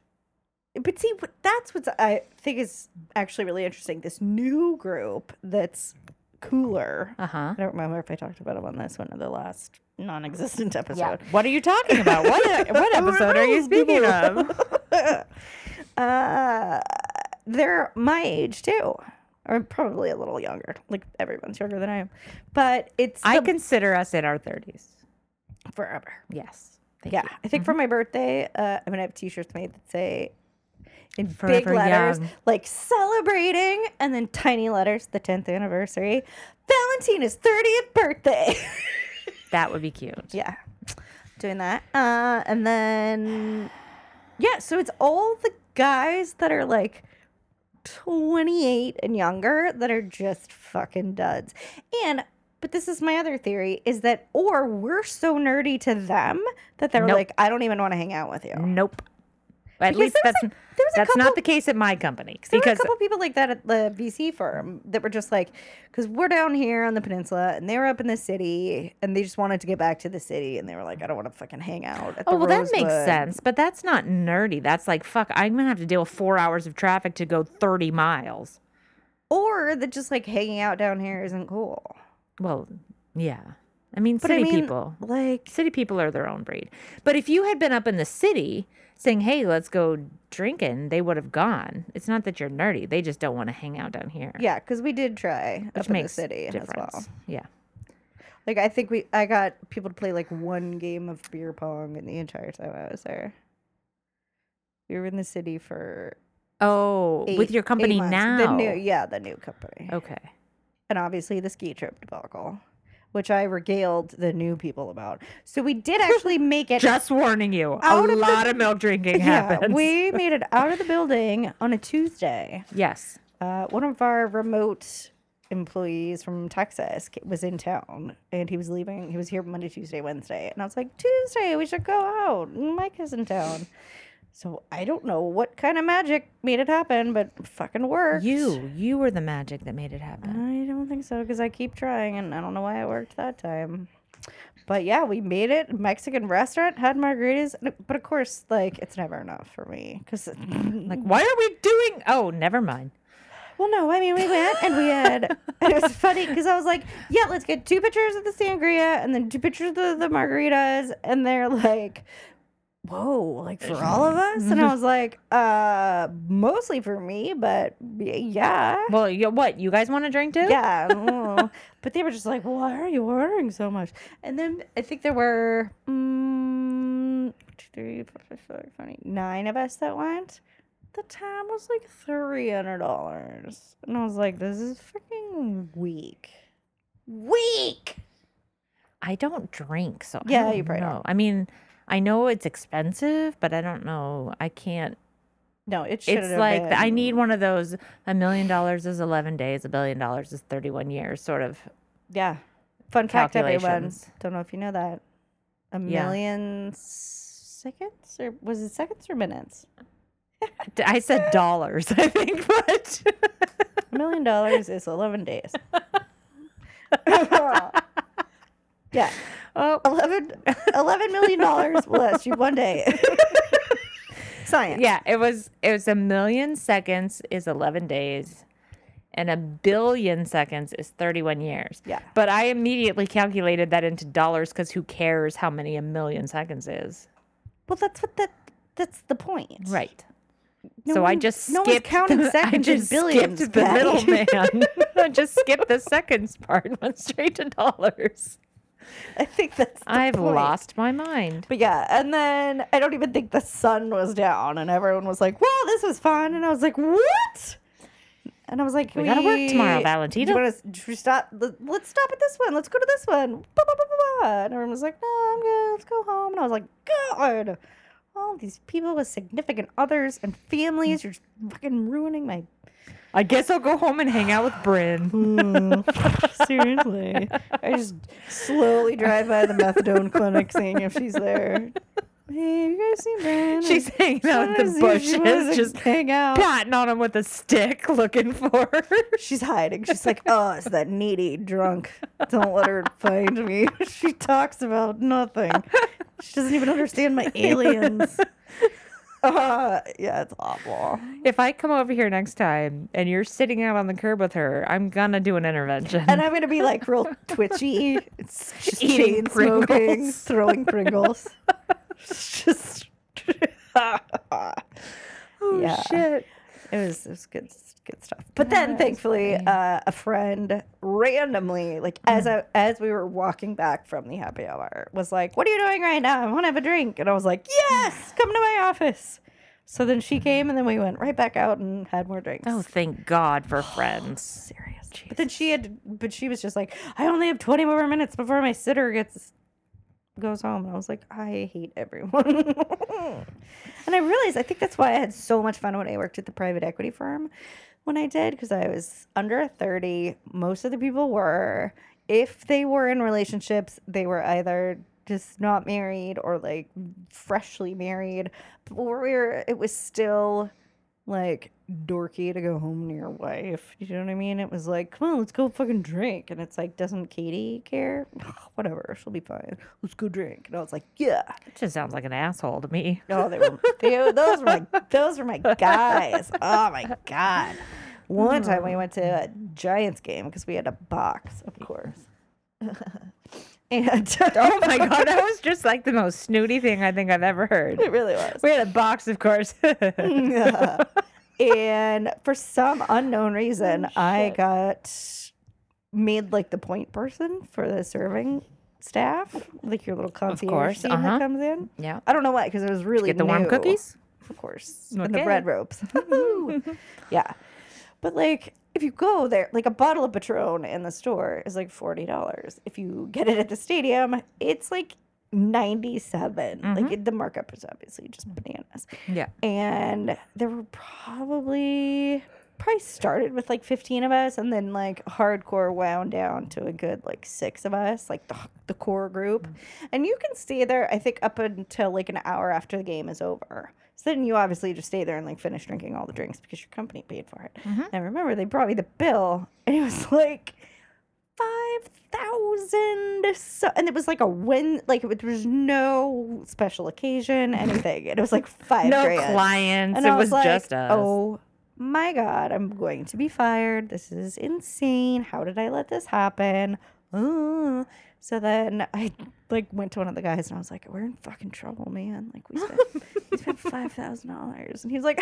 But see, what- that's what I think is actually really interesting. This new group that's cooler. Uh huh. I don't remember if I talked about it on this one or the last non-existent [LAUGHS] episode. What are you talking about? [LAUGHS] What e-, what episode are you speaking of? Uh, they're my age too, or probably a little younger. Like everyone's younger than I am, but it's I the- consider us in our 30s. forever. Yes. Thank Yeah, you. Mm-hmm. I think for my birthday, uh, I'm gonna have T-shirts made that say in big Forever letters, young. like celebrating, and then tiny letters, the 10th anniversary, Valentina's 30th birthday. [LAUGHS] That would be cute. yeah, doing that, uh, and then yeah, so it's all the guys that are like 28 and younger that are just fucking duds. And but this is my other theory is that or we're so nerdy to them that they're Nope. like I don't even want to hang out with you. Nope. At Because least there was that's a- there was a that's couple- not the case at my company. There Because were a couple people like that at the VC firm that were just like, because we're down here on the peninsula and they were up in the city and they just wanted to get back to the city and they were like, I don't want to fucking hang out. At Oh, the well, that makes Rosewood." sense. But that's not nerdy. That's like, fuck, I'm going to have to deal with four hours of traffic to go 30 miles. Or that just like hanging out down here isn't cool. Well, yeah. I mean, But city I mean, people. like, City people are their own breed. But if you had been up in the city saying, hey, let's go drinking, they would have gone. It's not that you're nerdy. They just don't want to hang out down here. yeah, because we did try up Which in makes the city difference. as well. Yeah. Like I think we I got people to play like one game of beer pong in the entire time I was there. We were in the city for Oh, eight- with your eight company months. now. Oh. The new yeah, the new company. Okay. And obviously the ski trip debacle, which I regaled the new people about. So we did [LAUGHS] actually make it Just warning you, Out of a the- lot of milk drinking [LAUGHS] yeah, happens. we made it out of the building on a Tuesday. yes. uh, one of our remote employees from Texas ca- was in town and he was leaving. He was here Monday, Tuesday, Wednesday. And I was like, Tuesday, we should go out. Mike is in town. So I don't know what kind of magic made it happen, but it fucking worked. You, you were the magic that made it happen. I don't think so because I keep trying and I don't know why it worked that time. But yeah, we made it. Mexican restaurant had margaritas, and- but of course, like it's never enough for me [LAUGHS] because Like, Mm. why are we doing? Oh, never mind. Well, no, I mean, we went and we had, and it was funny because I was like, yeah, let's get two pictures of the sangria and then two pictures of the, the margaritas. And they're like, whoa, like for all of us? And I was like, uh, mostly for me, but y- yeah. Well, you, what you guys want to drink too? [LAUGHS] Yeah. mm. but they were just like, why are you ordering so much? And then I think there were mm, two, three, four, five, six, seven, eight, nine of us that went. The time was like $300. And I was like, this is freaking weak. Weak! I don't drink, so I Yeah, don't you probably know. don't. I mean, I know it's expensive, but I don't know. I can't. No, it should It's like the- I need one of those. A million dollars is eleven days. A billion dollars is thirty-one years. Sort of. Yeah. Fun fact, everyone. Calculations. Don't know if you know that. A Yeah. million seconds? Or was it seconds or minutes? D- I said dollars, [LAUGHS] I think, but [LAUGHS] A million dollars is 11 days. yeah. oh, 11, 11 million dollars will last you one day. [LAUGHS] Science. yeah, it was. It was a million seconds is eleven days, and a billion seconds is thirty-one years. Yeah. But I immediately calculated that into dollars because who cares how many a million seconds is? Well, that's what that that's the point. Right. No so I one- just no skipped one's counting the- seconds [LAUGHS] I and just billions, skipped [LAUGHS] the Patty. [LAUGHS] middleman. I just skipped the seconds part, went straight to dollars. I think that's. the I've point. lost my mind. But yeah, and then I don't even think the sun was down, and everyone was like, "Well, this was fun," and I was like, "What?" And I was like, We gotta work tomorrow, "We- Valentina." You wanna, should we stop? let- Let's stop at this one. Let's go to this one. Blah, blah, blah, blah, blah. And everyone was like, "No, I'm good. Let's go home." And I was like, "God, all these people with significant others and Mm. families, you're just fucking ruining my." I guess I'll go home and hang out with Bryn. Mm. [LAUGHS] Seriously, I just slowly drive by the methadone clinic, seeing if she's there. Hey, you guys seen Brandon? She's hanging out in the Sometimes you wanna bushes, just hang out. patting on him with a stick, [LAUGHS] looking for her. She's hiding. She's like, oh, it's that needy drunk. Don't let her find me. [LAUGHS] she talks about nothing. She doesn't even understand [LAUGHS] my aliens. Uh, yeah, it's awful. If I come over here next time and you're sitting out on the curb with her, I'm gonna do an intervention. And I'm gonna be like [LAUGHS] real twitchy. It's just Eating chain smoking, Pringles. throwing [LAUGHS] Pringles. It's [LAUGHS] just oh yeah. shit! it was it was good good stuff. But then thankfully uh, a friend randomly like as Mm. I as we were walking back from the happy hour was like, "What are you doing right now? I want to have a drink." And I was like, "Yes, come to my office." So then she came and then we went right back out and had more drinks. Mm. Oh, thank God [GASPS] for friends. serious. But then she had but she was just like, "I only have 20 more minutes before my sitter gets goes home." And I was like, "I hate everyone." [LAUGHS] And I realized I think that's why I had so much fun when I worked at the private equity firm when I did, because I was under 30. Most of the people were. If they were in relationships, they were either just not married or like freshly married. But we were, it was still like dorky to go home to your wife. You know what I mean? It was like, come on, let's go fucking drink. And it's like, doesn't Katie care? [SIGHS] Whatever, she'll be fine. Let's go drink. And I was like, yeah. That just sounds like an asshole to me. No, they were they, those were my those were my guys. Oh my god! One time we went to a Giants game because we had a box, of course. [LAUGHS] and [LAUGHS] Oh my God, that was just like the most snooty thing I think I've ever [LAUGHS] [LAUGHS] heard. it really was. We had a box, of course. [LAUGHS] [LAUGHS] and for some unknown reason, Oh, I got made like the point person for the serving staff, like your little concierge course, team uh-huh. that comes in. yeah. I don't know why, because it was really Get the warm new. cookies. of course, and the Okay. bread [LAUGHS] ropes. Woohoo. [LAUGHS] yeah, but like if you go there, like a bottle of Patron in the store is like forty dollars. If you get it at the stadium, it's like ninety Mm-hmm. Like it, the markup is obviously just bananas. Yeah. And there were probably probably started with like 15 of us and then like hardcore wound down to a good like six of us like the, the core group and you can stay there i think up until like an hour after the game is over so then you obviously just stay there and like finish drinking all the drinks because your company paid for it and i remember they brought me the bill and it was like five thousand. So, and it was like a win. Like it was no special occasion, anything. It was like five. No grand. clients. And it I was, was, like, just us. Oh my god, I'm going to be fired. This is insane. How did I let this happen? Ooh. So then I like went to one of the guys and I was like, "We're in fucking trouble, man. Like we spent [LAUGHS] we spent five thousand dollars." And he was like,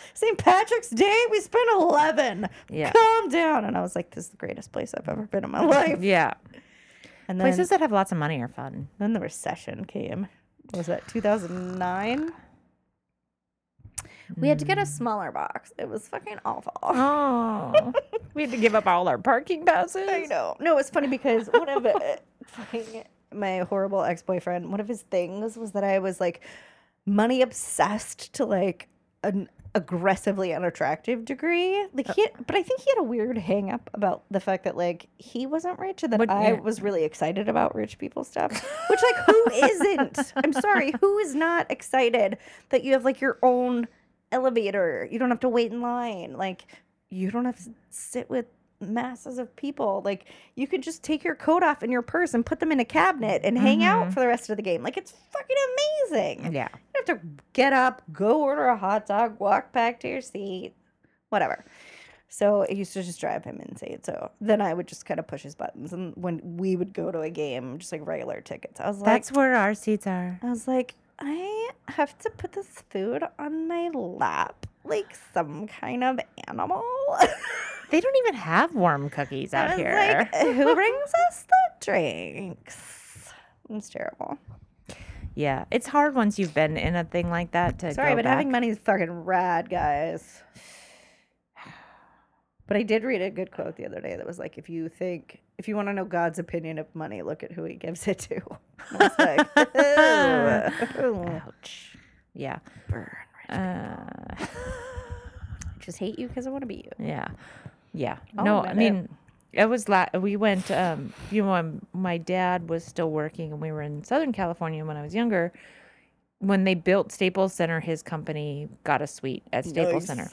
[LAUGHS] "St. Patrick's Day, we spent eleven. Yeah. Calm down." And I was like, "This is the greatest place I've ever been in [LAUGHS] my life." Yeah. And then Places that have lots of money are fun. then the recession came. What Was that 2009? We had to get a smaller box. It was fucking awful. Oh. [LAUGHS] we had to give up all our parking passes. [LAUGHS] I know. No, it's funny because one of uh, fucking my horrible ex boyfriend, one of his things was that I was like money obsessed to like an aggressively unattractive degree. Like he, but I think he had a weird hang up about the fact that like he wasn't rich and that What- I yeah. was really excited about rich people stuff. Which like who isn't? I'm sorry, who is not excited that you have like your own elevator? You don't have to wait in line. Like you don't have to sit with masses of people. Like you could just take your coat off and your purse and put them in a cabinet and hang out for the rest of the game. Like it's fucking amazing. Yeah. You have to get up, go order a hot dog, walk back to your seat, whatever. So it used to just drive him insane. So then I would just kind of push his buttons, and when we would go to a game, just like regular tickets, I was like, That's where our seats are. I was like, I have to put this food on my lap like some kind of animal. [LAUGHS] They don't even have warm cookies out I was uh, here. like, who brings us the drinks. It's terrible. Yeah, it's hard once you've been in a thing like that to Sorry, go but back. having money is fucking rad, guys. [SIGHS] But I did read a good quote the other day that was like, if you think, if you want to know God's opinion of money, look at who he gives it to. [LAUGHS] And I was like, [LAUGHS] "Ew." Ouch. Yeah. burn. Uh, I just hate you because I want to be you. yeah. Yeah. I'll no, I admit it. mean, it was la- we went. Um, you know, um, my dad was still working, and we were in Southern California when I was younger. When they built Staples Center, his company got a suite at Staples Center,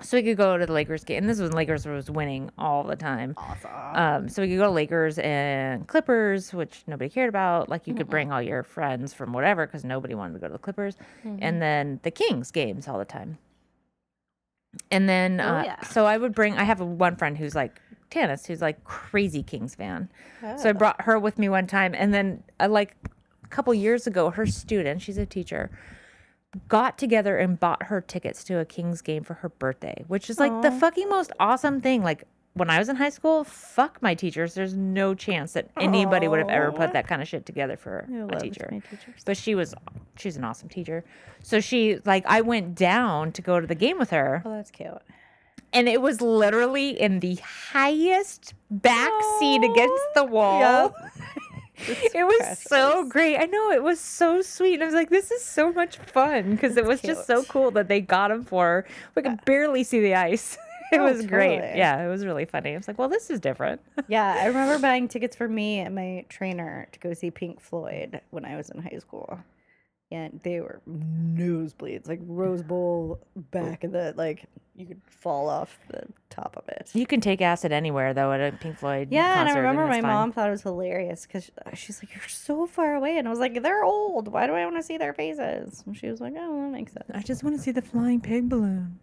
so we could go to the Lakers game. And this was when Lakers was winning all the time. Awesome. Um, so we could go to Lakers and Clippers, which nobody cared about. Like you could bring all your friends from whatever because nobody wanted to go to the Clippers, and then the Kings games all the time. And then, uh, yeah. so I would bring. I have one friend who's like Tanis, who's like crazy Kings fan. So I brought her with me one time, and then uh, like a couple years ago, her student, she's a teacher, got together and bought her tickets to a Kings game for her birthday, which is like the fucking most awesome thing. Like when I was in high school, fuck my teachers. There's no chance that anybody would have ever put that kind of shit together for a teacher. But she was, she's an awesome teacher. So she, like, I went down to go to the game with her Oh, that's cute. and it was literally in the highest back seat against [LAUGHS] the wall. [LAUGHS] it was so great. I know it was so sweet. And I was like, this is so much fun because it was just so cool that they got him for. her. We could barely see the ice. [LAUGHS] It Oh, was great. totally. Yeah, it was really funny. I was like, well, this is different. [LAUGHS] Yeah, I remember buying tickets for me and my trainer to go see Pink Floyd when I was in high school. And they were nosebleeds, like Rose Bowl back of the like you could fall off the top of it. You can take acid anywhere, though, at a Pink Floyd Yeah, and I concert, remember it's my fine. mom thought it was hilarious because she's like, "You're so far away," and I was like, "They're old. Why do I want to see their faces?" And she was like, "Oh, that makes sense." I just want to see the flying pig balloon.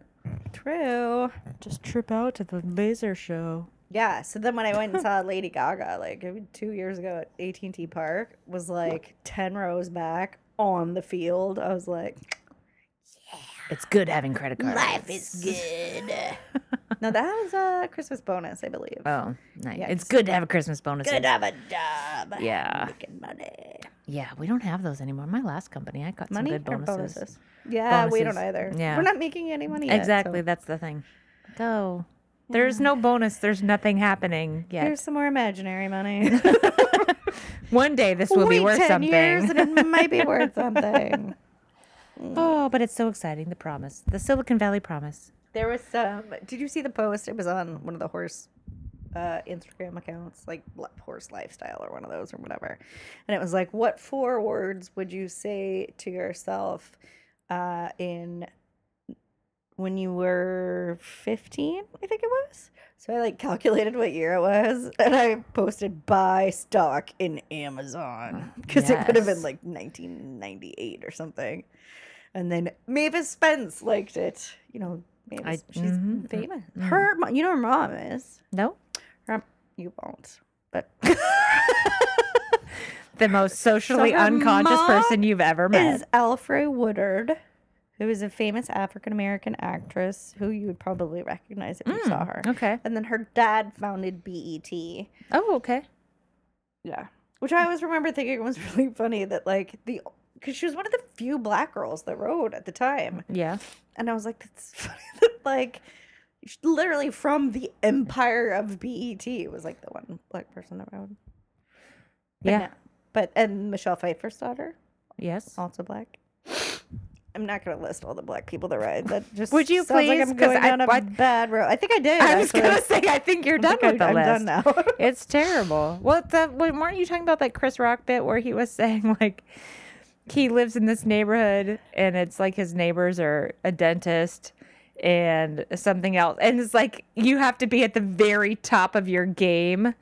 True. Just trip out to the laser show. Yeah. So then when I went and [LAUGHS] saw Lady Gaga, like it was two years ago at AT and T Park, was like ten rows back on the field. I was like, It's good having credit cards. Life is [LAUGHS] "No, that was a Christmas bonus, I believe." Oh, nice. Yeah, it's good to have a Christmas bonus. Good to have a job. Yeah. Making money. Yeah, we don't have those anymore. My last company, I got Money some good or bonuses. bonuses? Yeah, we don't Bonuses. either. Yeah. We're not making any money. yet, so- Exactly, that's the thing. So there's no bonus. There's nothing happening yet. Here's some more imaginary [LAUGHS] money. One day this will be Wait worth 10 something. years [LAUGHS] and it might be worth something. oh, but it's so exciting. The promise, the Silicon Valley promise. There was some. Did you see the post? It was on one of the horse uh, Instagram accounts, like li- horse lifestyle or one of those or whatever. And it was like, what four words would you say to yourself uh, in when you were 15? I think it was. So I like calculated what year it was and I posted buy stock in Amazon [LAUGHS] because it could have been yes. like 1998 or something. And then Mavis Spence liked it. You know, Mavis, I- she's mhm, mm, famous. Her, mo- you know, her mom is. No, Her, you won't, [LAUGHS] but [LAUGHS] the most socially her unconscious mom person you've ever met. is Alfre Woodard, who is a famous African American actress who you would probably recognize if you saw her. Mm, okay. And then her dad founded BET. Oh, okay. Yeah. Which I always remember thinking was [LAUGHS] really funny that, like, the. Because she was one of the few black girls that rode at the time. Yeah. And I was like, that's [LAUGHS] funny that, like, sh- literally from the empire of BET was like the one black person that rode. But Yeah. no- But, and Michelle Pfeiffer's daughter, Yes. also black. [SIGHS] I'm not going to list all the black people that ride. That just Would you sounds like please? I'm 'Cause going I- down a I- bad road. I think I did. [LAUGHS] I was actually. gonna say, I think you're I done think with the I, list. I'm done [LAUGHS] now. It's terrible. Well, the, wa- weren't you talking about that Chris Rock bit where he was [LAUGHS] saying like he lives in this neighborhood and it's like his neighbors are a dentist and something else, and it's like you have to be at the very top of your game,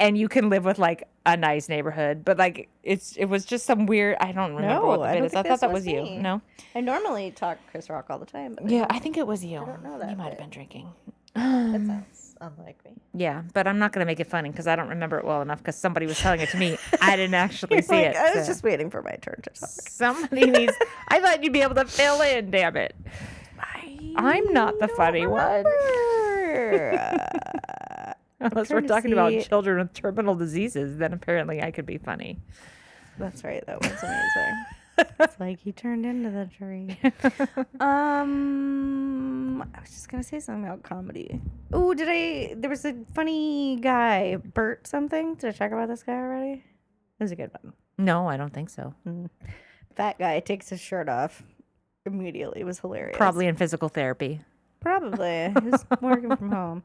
and you can live with like a nice neighborhood, but like it's it was just some weird. I don't remember No, what the I bit don't is. think I thought this that was was you. me. No. I normally talk Chris Rock all the time, but Yeah, I think it was you. don't know that you might have bit. been drinking. that sounds unlike me. Yeah, but I'm not going to make it funny because I don't remember it well enough because somebody was telling it to me. I [LAUGHS] didn't [LAUGHS] actually see Like, it. I was so- just waiting for my turn to talk. somebody [LAUGHS] needs. I thought you'd be able to fill in. Damn it! [LAUGHS] I'm not the funny one. one. [LAUGHS] Unless trying we're to talking about see- children with terminal diseases, then apparently I could be funny. [LAUGHS] That's right. That was amazing. it's like he turned into the tree. um, I was just gonna say something about comedy. Oh, did I? There was a funny guy, Bert something. Did I talk about this guy already? It was a good one. No, I don't think so. Fat guy takes his shirt off immediately. It was hilarious. Probably in physical [LAUGHS] therapy. Probably. He's working from home.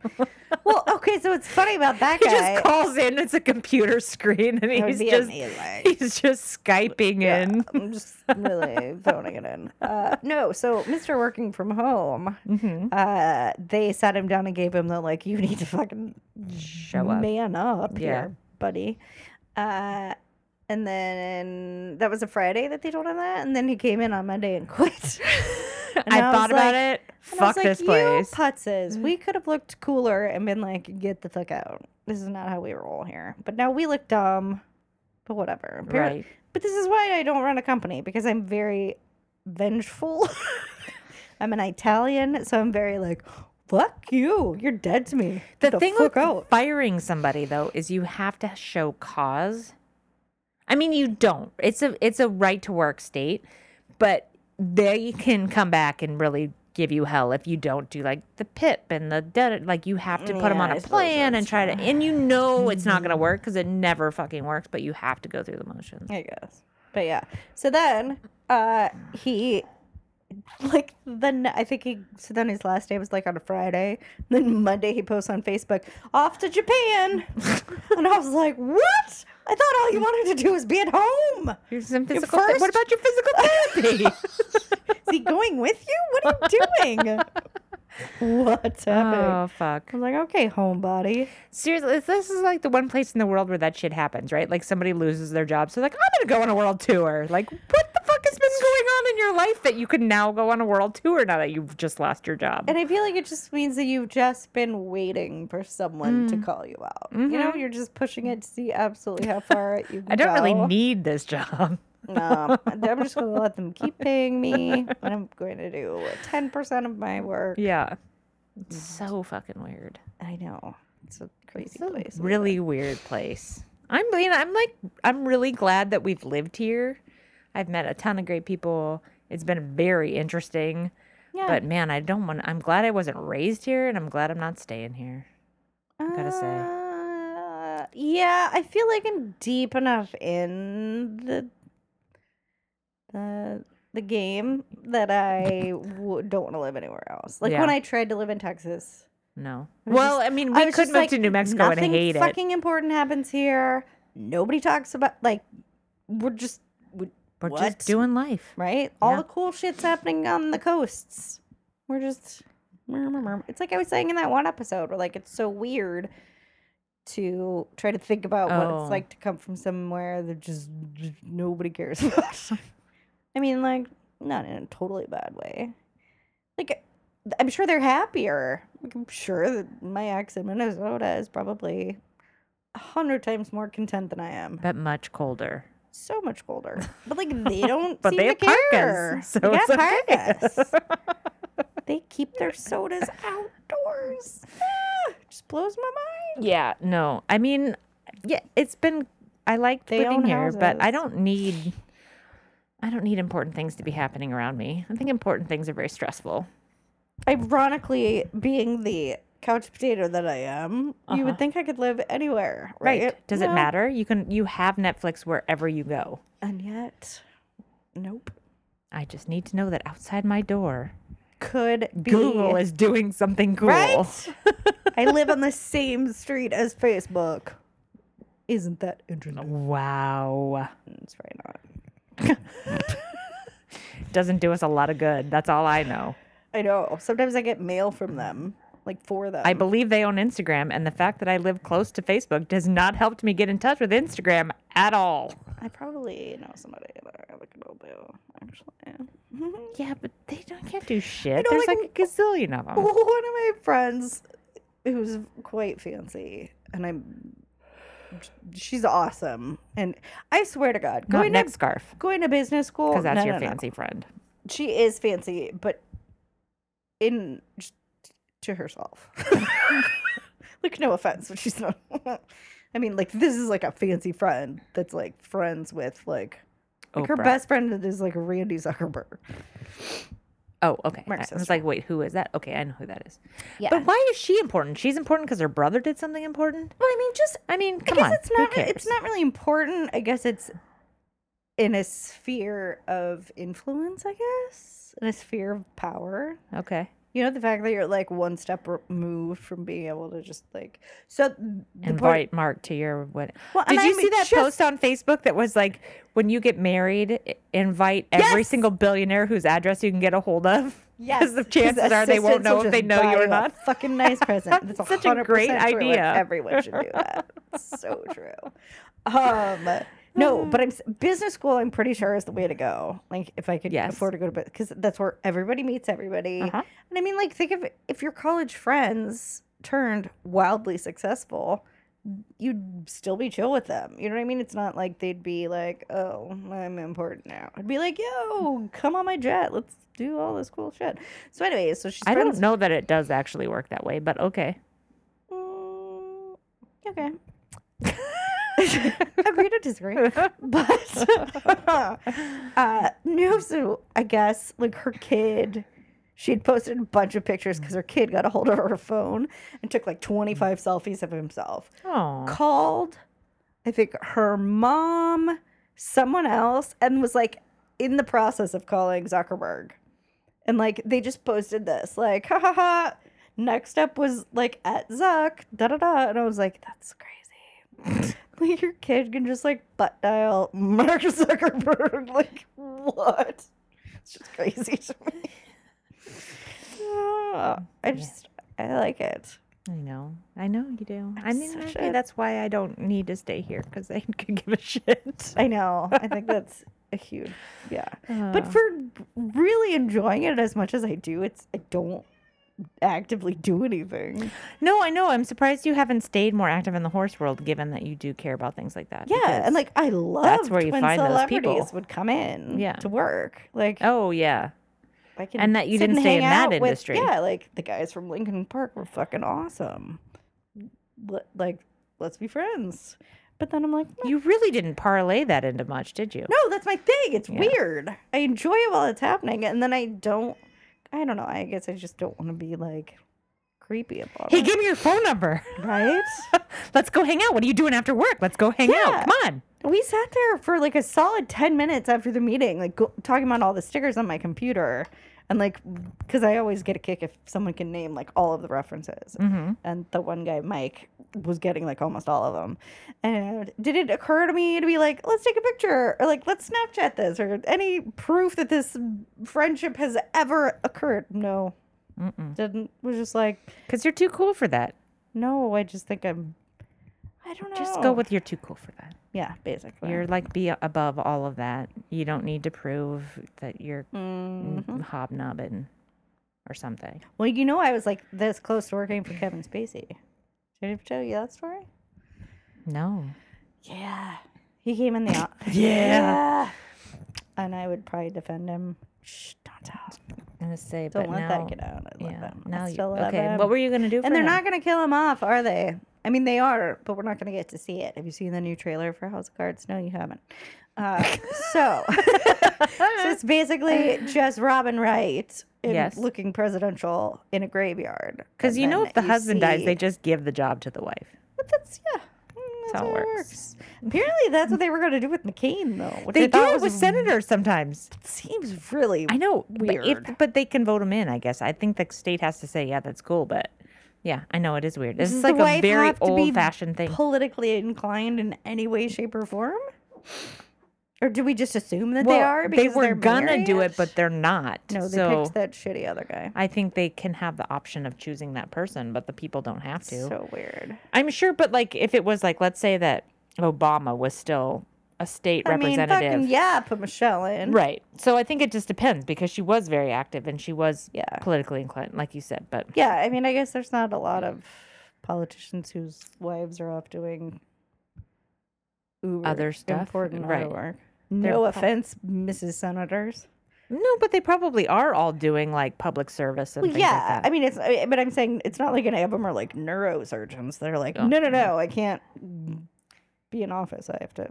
Well, okay. So what's funny about that [LAUGHS] He guy? just calls in. It's a computer screen, and would he's be just amazing. [LAUGHS] [LAUGHS] he's just skyping Yeah, in. I'm just really phoning it in. Uh, no, so Mr. Working from Home, Mm-hmm. [LAUGHS] uh, they sat him down and gave him the like, you need to fucking Show up. man up Yeah. here, buddy. Uh, and then that was a Friday that they told him that, and then he came in on Monday and quit. [LAUGHS] And I, was thought about like- it. and I was Fuck like, this "You place. Mm. putzes. We could have looked cooler and been like, "Get the fuck out. This is not how we roll here." But now we look dumb. But whatever. Appar- Right. But this is why I don't run a company because I'm very vengeful. [LAUGHS] I'm an Italian, so I'm very like, "Fuck you. You're dead to me." the, Get thing fuck with out. firing somebody though is you have to show cause. I mean, you don't. It's a it's a right to work state, but they can come back and really give you hell if you don't do like the pip and the da- da- like you have to put them Yeah, on I a suppose plan and that's try to [SIGHS] and you know it's not going to work cuz it never fucking works, but you have to go through the motions. I guess. But yeah. So then uh he like then I think he so then his last day was like on a Friday. Then Monday he posts on Facebook, off to Japan. and I was like, What? I thought all you wanted to do was be at home. Here's some physical thi- first- What about your physical therapy? [LAUGHS] Is he going with you? What are you doing? What's happening? oh fuck. I was like, okay, homebody. Seriously, this is like the one place in the world where that shit happens, right? Like somebody loses their job, so like I'm gonna go on a world tour. Like, what the fuck has been going on in your life that you can now go on a world tour now that you've just lost your job? And I feel like it just means that you've just been waiting for someone Mm-hmm. to call you out. You know, you're just pushing it to see absolutely how far you can [LAUGHS] I don't really go. need this job. [LAUGHS] No, I'm just going to let them keep paying me, and I'm going to do 10% of my work. Yeah, it's so fucking weird. I know. It's a crazy It's a place. really weird place. I'm you know, I'm like I'm really glad that we've lived here. I've met a ton of great people. It's been very interesting. Yeah. But man, I don't want. I'm glad I wasn't raised here, and I'm glad I'm not staying here. gotta say. Uh, yeah, I feel like I'm deep enough in the the the game that I w- don't want to live anywhere else. Like when Yeah. I tried to live in Texas, No. was Well, I mean, we was could just move like, to New Mexico and nothing hate it. Fucking important happens here. Nobody talks about like we're just we, We're what? just doing life. right. All Yeah. the cool shit's happening on the coasts. We're just it's like I was saying in that one episode where like it's so weird to try to think about what Oh. it's like to come from somewhere that just, just nobody cares [LAUGHS] about. I mean, like not in a totally bad way. Like I'm sure they're happier. Like, I'm sure that my ex in Minnesota is probably a hundred times more content than I am. But much colder. So much colder, but like [LAUGHS] they don't. But seem they to have parkas, care. so they it's got okay. parkas. [LAUGHS] they keep their sodas outdoors. Ah, just blows my mind. Yeah, no. I mean, yeah, it's been I liked They living own here, but houses. I don't need I don't need important things to be happening around me. I think important things are very stressful. Ironically, being the couch potato that I am, you would think I could live anywhere, right? Uh-huh. Does it No. matter? You can you have Netflix wherever you go. And yet, nope. I just need to know that outside my door, Could be Google is doing something cool. Right? [LAUGHS] I live on the same street as Facebook. Isn't that interesting? Wow. It's right not. Doesn't do us a lot of good. That's all I know. I know. Sometimes I get mail from them, like for them. I believe they own Instagram, and the fact that I live close to Facebook does not help me get in touch with Instagram at all. I probably know somebody that I could go to, actually. Yeah, but they don't can't do shit. know, There's like, like, a gazillion of [LAUGHS] them. One of my friends who's quite fancy, and I'm. She's awesome, and I swear to God, Not going neck to scarf, going to business school because that's no, your no, no. fancy friend. She is fancy, but in to herself. [LAUGHS] like no offense, but she's not. [LAUGHS] I mean, like this is like a fancy friend that's like friends with like like her Oprah. best friend is like Randy Zuckerberg. Oh, okay. I I Mark's was sister. like, wait, who is that? Okay, I know who that is. Yeah. But why is she important? She's important because her brother did something important. Well, I mean, just I mean, I come guess on. it's who not re- it's cares? not really important. I guess it's in a sphere of influence. I guess in a sphere of power. Okay. You know the fact that you're like one step removed from being able to just like so th- the part- Invite Mark to your wedding. Well, and Did I you see mean, that just- post on Facebook that was like, when you get married, i- invite every Yes! single billionaire whose address you can get a hold of? [LAUGHS] Because the 'cause chances are they won't assistants will know if they just know buy you you or a not. Fucking nice [LAUGHS] present. That's Such a great 100% true. idea. Everyone should do that. It's so true. Um, no, but I'm s- business school. I'm pretty sure is the way to go. Like if I could Yes. afford to go to business, because that's where everybody meets everybody. Uh-huh. And I mean, like think of if your college friends turned wildly successful. You'd still be chill with them. You know what I mean? It's not like they'd be like, oh, I'm important now. I'd be like, yo, come on my jet. Let's do all this cool shit. So, anyway, so she's I friends don't know that it does actually work that way, but okay. Mm, okay. Mm. [LAUGHS] Agree to disagree. [LAUGHS] But [LAUGHS] uh, no, so I guess like her kid, she had posted a bunch of pictures because her kid got a hold of her phone and took like 25 selfies of himself. Oh. Called, I think, her mom, someone else, and was like in the process of calling Zuckerberg. And like they just posted this, like, ha ha ha. Next up was like at Zuck, da da da. And I was like, that's crazy. [LAUGHS] like your kid can just like butt dial Mark Zuckerberg. [LAUGHS] like, what? It's just crazy to me. [LAUGHS] Yeah, I just, I like it. I know. I know you do. i I'm mean, such maybe a- that's why I don't need to stay here because I [LAUGHS] could give a [LAUGHS] shit. I know. I think that's a huge, yeah. Uh. but for really enjoying it as much as I do, it's I don't actively do anything. No, I know. I'm surprised you haven't stayed more active in the horse world, given that you do care about things like that. Yeah, because- and like I love where you when find those celebrities people. would come in Yeah. to work. Like oh yeah, I can and that you sit didn't and stay hang in that out with- industry. yeah, like the guys from Lincoln Park were fucking awesome. Let- Like let's be friends. But then I'm like, no, you really didn't parlay that into much, did you? no, that's my thing. It's Yeah. weird. I enjoy it while it's happening, and then I don't. I don't know. I guess I just don't want to be like creepy about Hey, it, give me your phone number. [LAUGHS] right? Let's go hang out. What are you doing after work? Let's go hang Yeah. out. Come on. We sat there for like a solid 10 minutes after the meeting, like go- talking about all the stickers on my computer. And like, because I always get a kick if someone can name like all of the references. Mm-hmm. And the one guy, Mike, was getting like almost all of them. And did it occur to me to be like, let's take a picture or like, let's Snapchat this or any proof that this friendship has ever occurred? No. Didn't. Was just like, Because you're too cool for that. no, I just think I'm, I don't know. Just go with you're too cool for that. yeah, basically. You're like be above all of that. You don't need to prove that you're mm, Mm-hmm. hobnobbing or something. Well, you know, I was like this close to working for Kevin Spacey. Did I tell you that story? No. Yeah. He came in the office. [LAUGHS] Yeah. And I would probably defend him. Shh, don't tell. I'm gonna say, Don't but let now, that get out. I love Yeah. him. I Now you, still love okay. him. What were you gonna do? For and they're him? not going to kill him off, are they? I mean, they are, but we're not going to get to see it. Have you seen the new trailer for House of Cards? No, you haven't. [LAUGHS] Uh, so, so it's basically just Robin Wright in Yes. looking presidential in a graveyard. Because And you know, then if the husband dies, see- they just give the job to the wife. But that's yeah. mm, That's how how it it works. works. Apparently, that's what they were going to do with McCain, though. Which They I do thought it with was- senators sometimes. seems really. I know, but if Weird. but they can vote them in. I guess I think the state has to say, yeah, that's cool. But yeah, I know it is weird. This Does is the like a wife very have to be old fashioned thing. Politically inclined in any way, shape, or form, or do we just assume that they Well, are? they Because were they're gonna do married? it, but they're not. no, they so picked that shitty other guy. I think they can have the option of choosing that person, but the people don't have to. So weird. I'm sure, but like if it was like, let's say that Obama was still a state I mean, representative. fucking yeah, put Michelle in. Right. So I think it just depends because she was very active and she was Yeah. politically inclined, like you said. But Yeah, I mean, I guess there's not a lot of politicians whose wives are off doing uber Other stuff, important right. other work. They're No pro- offense, Mrs. Senators. No, but they probably are all doing like public service and Well, things yeah, like I that. mean, it's. I- But I'm saying it's not like any of them are like neurosurgeons. They're like, no, no, no, I can't be in office. I have to.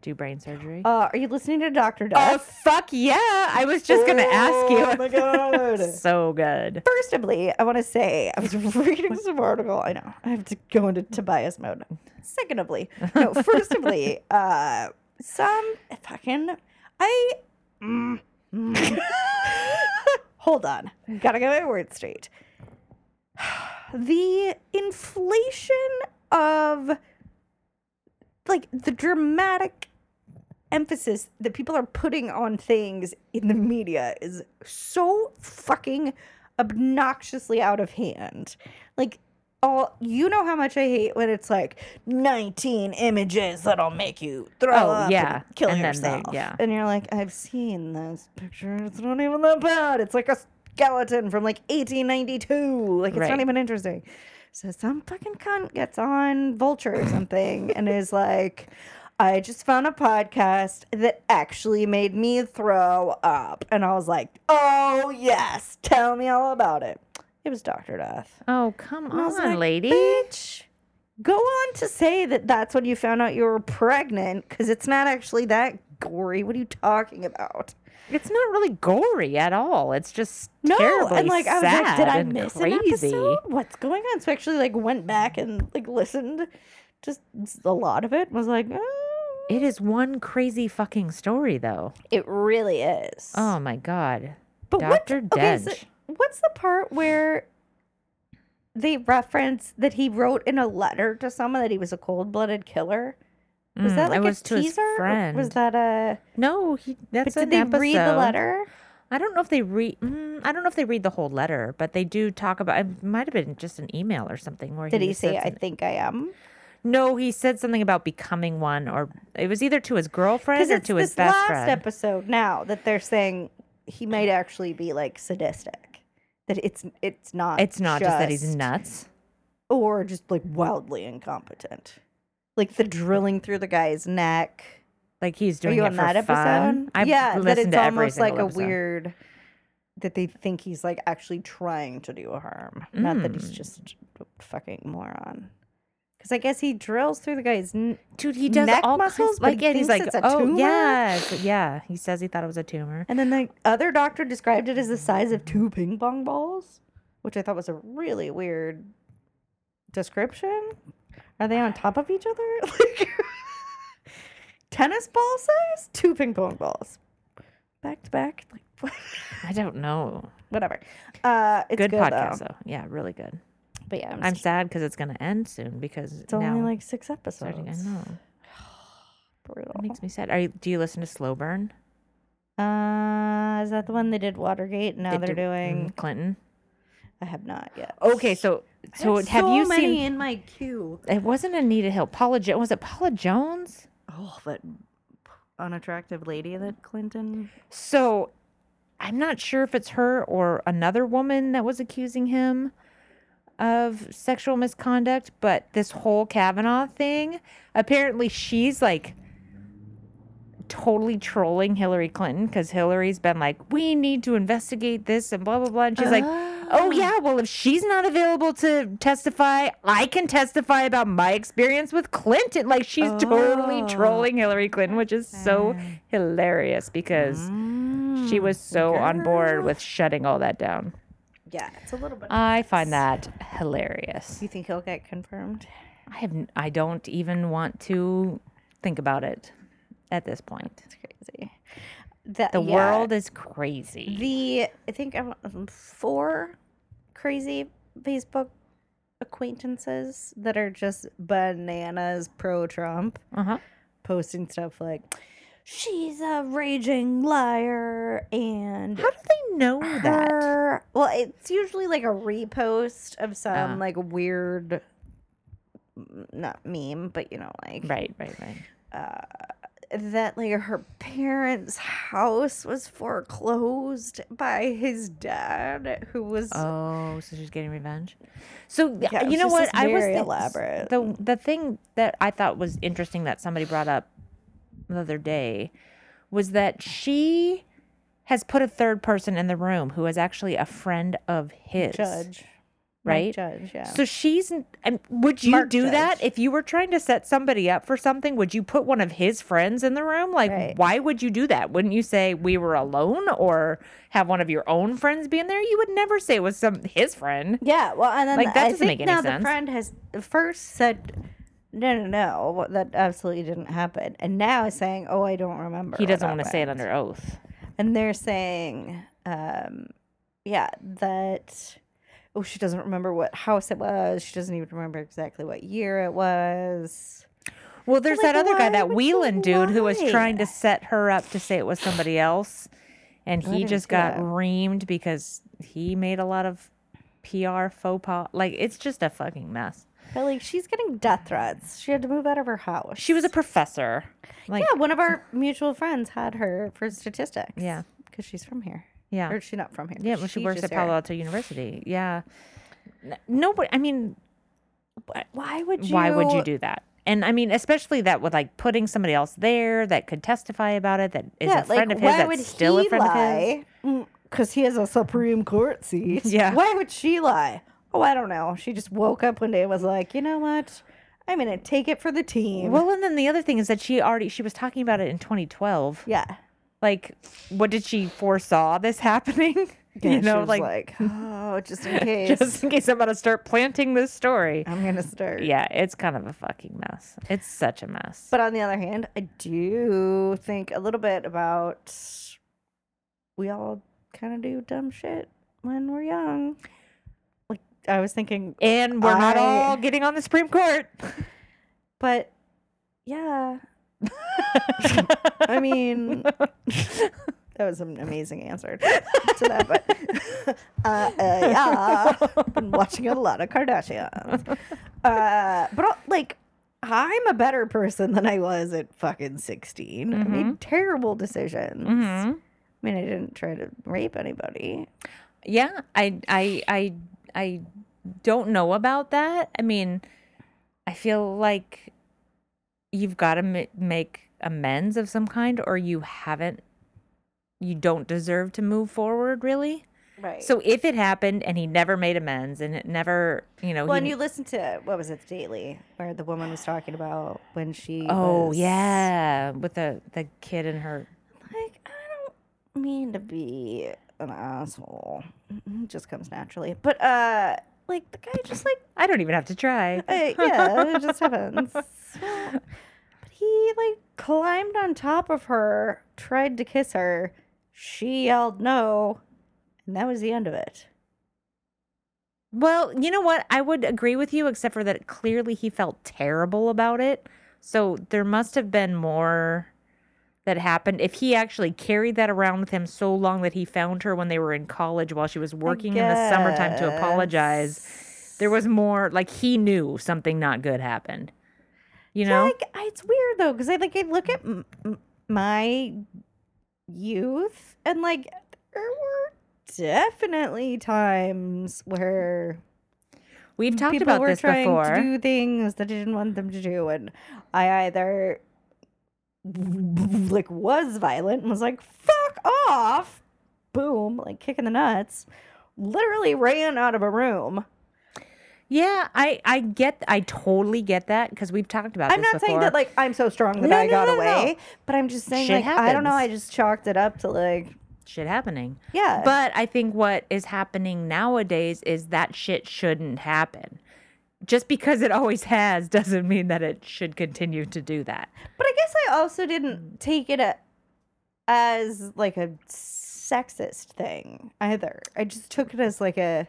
Do brain surgery? Uh, are you listening to Doctor oh Death? fuck yeah! I was just gonna ask you. Oh my god. [LAUGHS] so good. [LAUGHS] Firstly, I want to say [LAUGHS] I was reading some article. I know I have to go into Tobias mode. Secondly, no. [LAUGHS] Firstly, uh, some fucking I. Mm, mm. [LAUGHS] Hold on, gotta get my words straight. [SIGHS] The inflation of like the dramatic emphasis that people are putting on things in the media is so fucking obnoxiously out of hand. Like, all you know how much I hate when it's like 19 images that'll make you throw Oh, up yeah. and kill And then they- yourself. yeah. And you're like, I've seen this picture. It's not even that bad. It's like a skeleton from like 1892. Like, it's Right. not even interesting. So some fucking cunt gets on Vulture or something and is like, I just found a podcast that actually made me throw up. And I was like, oh, yes, tell me all about it. It was Dr. Death. Oh come I was on, like, lady. Bitch, go on to say that that's when you found out you were pregnant because it's not actually that gory. What are you talking about? It's not really gory at all. It's just No, terribly and like I was like, did sad I and miss an crazy. episode? What's going on? So I actually like went back and like listened to s- a lot of it. and Was like, oh, It is one crazy fucking story, though. it really is. Oh my god. but Dr. what? Okay, so Dench. what's the part where they reference that he wrote in a letter to someone that he was a cold-blooded killer? Was Mm, that it like was a to his teaser? or Was friend. that a? No, he. That's But did an they episode. read the letter? I don't know if they read. Mm, I don't know if they read the whole letter, but they do talk about. It might have been just an email or something. Where Did he just said say, "I something- think I am"? No, he said something about becoming one, or it was either to his girlfriend Because or it's to this his best last friend. episode now that they're saying he might actually be like sadistic. That it's it's not. it's not just, that he's nuts. or just like wildly incompetent. Like the drilling through the guy's neck. Like he's Are doing you it on for that episode? fun. I've yeah, that listened it's to every almost like single a episode. weird that they think he's like actually trying to do harm, not that Mm. he's just a fucking moron. Because I guess he drills through the guy's. N- Dude, he does neck all muscles, muscles. but Like, he yeah, and he's like, thinks it's a oh tumor?" yeah, it's- yeah. He says he thought it was a tumor. And then the other doctor described it as the size of two ping pong balls, which I thought was a really weird description. Are they on top of each other? [LAUGHS] Like tennis ball size? Two ping pong balls. Back to back. [LAUGHS] Like I don't know. whatever. Uh it's good, good, podcast though. though. Yeah, really good. But yeah, I'm, I'm s- sad because it's gonna end soon because it's only now like six episodes. starting. I know. Brutal. It makes me sad. Are you, do you listen to Slow Burn? Uh is that the one they did Watergate? Now They they're do- mm, doing Clinton. I have not yet. Okay, so so have, you seen? in my queue? It wasn't Anita Hill. Paula jo- was it Paula Jones? Oh, that unattractive lady that Clinton. So I'm not sure if it's her or another woman that was accusing him of sexual misconduct, but this whole Kavanaugh thing, apparently she's like totally trolling Hillary Clinton because Hillary's been like, we need to investigate this and blah, blah, blah. And she's like, oh, yeah, well, if she's not available to testify, I can testify about my experience with Clinton. Like, she's totally trolling Hillary Clinton, which is so hilarious because she was so on board with shutting all that down. Yeah, it's a little bit. I find that hilarious. Do you think he'll get confirmed? I have n- I don't even want to think about it at this point. It's crazy. That The yeah, world is crazy. The I think I'm um, four crazy Facebook acquaintances that are just bananas pro Trump. Uh-huh. posting stuff like she's a raging liar and How do they know that? her well it's usually like a repost of some Ah. like weird m- not meme but you know like Right, right, right. that like her parents house was foreclosed by his dad who was Oh, so she's getting revenge. So th- Yeah, it you was know what? just I was very thi- elaborate. The the thing that I thought was interesting that somebody brought up the other day was that she has put a third person in the room who is actually a friend of his. Judge. Mike right? Judge, yeah. So she's. n- and Would you Mark do that Judge. if you were trying to set somebody up for something? Would you put one of his friends in the room? Like, Right. why would you do that? Wouldn't you say we were alone or have one of your own friends be in there? You would never say it was some his friend. Yeah, well, and then Like, that I doesn't think make any now sense. the friend has first said, "No, no, no, what- that absolutely didn't happen," and now is saying, "Oh, I don't remember." He what doesn't want to say it happened." under oath. And they're saying, um, "Yeah, that." Oh, she doesn't remember what house it was. She doesn't even remember exactly what year it was. Well, there's like, that other guy, why that would you Whelan dude, who was lie? trying to set her up to say it was somebody else, and he didn't just see got that. reamed because he made a lot of PR faux pas. Like it's just a fucking mess. But like, she's getting death threats. She had to move out of her house. She was a professor. Like yeah. One of our mutual friends had her for statistics. Yeah. because she's from here. Yeah. or she's not from here. yeah, well, she works just at here. Palo Alto University. Yeah, N- nobody. I mean, Why would you? why would you do that? And I mean, especially that with like putting somebody else there that could testify about it, that is a friend of his, that's still a friend of his. Because Mm, he has a Supreme Court seat. Yeah. Why would she lie? Oh, I don't know. She just woke up one day and was like, you know what? I'm gonna take it for the team. Well, and then the other thing is that she already she was talking about it in 2012. [LAUGHS] yeah. Like, what did she foresaw this [LAUGHS] happening? Yeah, you she know, was like, oh, just in case, [LAUGHS] just in case I'm gonna start planting this story. I'm gonna start. Yeah, it's kind of a fucking mess. It's such a mess. But on the other hand, I do think a little bit about we all kind of do dumb shit when we're young. Like I was thinking and we're not I- all getting on the Supreme Court. But yeah, I [LAUGHS] mean, that was an amazing answer to that. But [LAUGHS] uh, uh, yeah, been watching a lot of Kardashians. [LAUGHS] Uh, but uh, like, I'm a better person than I was at fucking 16. I made terrible decisions. I mean, I didn't try to rape anybody. Yeah, I I I I don't know about that. I mean, I feel like you've got to m- make amends of some kind or you haven't you don't deserve to move forward really. Right. So if it happened and he never made amends and it never, you know, Well, and he, you listen to what was it, The Daily, where the woman was talking about when she. Oh, was- yeah, with the the kid and her Like, I don't mean to be an asshole. It just comes naturally. But, uh, like, the guy just, like, I don't even have to try. uh, yeah, it just [LAUGHS] happens. But he, like, climbed on top of her, tried to kiss her. She yelled no. And that was the end of it. Well, you know what? I would agree with you, except for that clearly he felt terrible about it. So there must have been more that happened. If he actually carried that around with him so long that he found her when they were in college while she was working in the summertime to apologize, there was more like he knew something not good happened. You know? Like, I- it's weird, though, because I, like, I look at m- m- my youth and, like, there were definitely times where. We've talked people about were this trying before. to do things that I didn't want them to do, and I either [LAUGHS] like was violent and was like "fuck off," boom, like kicking the nuts. Literally ran out of a room. yeah, I, I get I totally get that because we've talked about I'm this not saying before. that like I'm so strong that No, I no, got no, no. away, but I'm just saying like Shit I don't know. I happens. just chalked it up to like shit happening. yeah, But I think what is happening nowadays is that shit shouldn't happen. Just because it always has doesn't mean that it should continue to do that. But I guess I also didn't take it a, as like a sexist thing either. I just took it as like a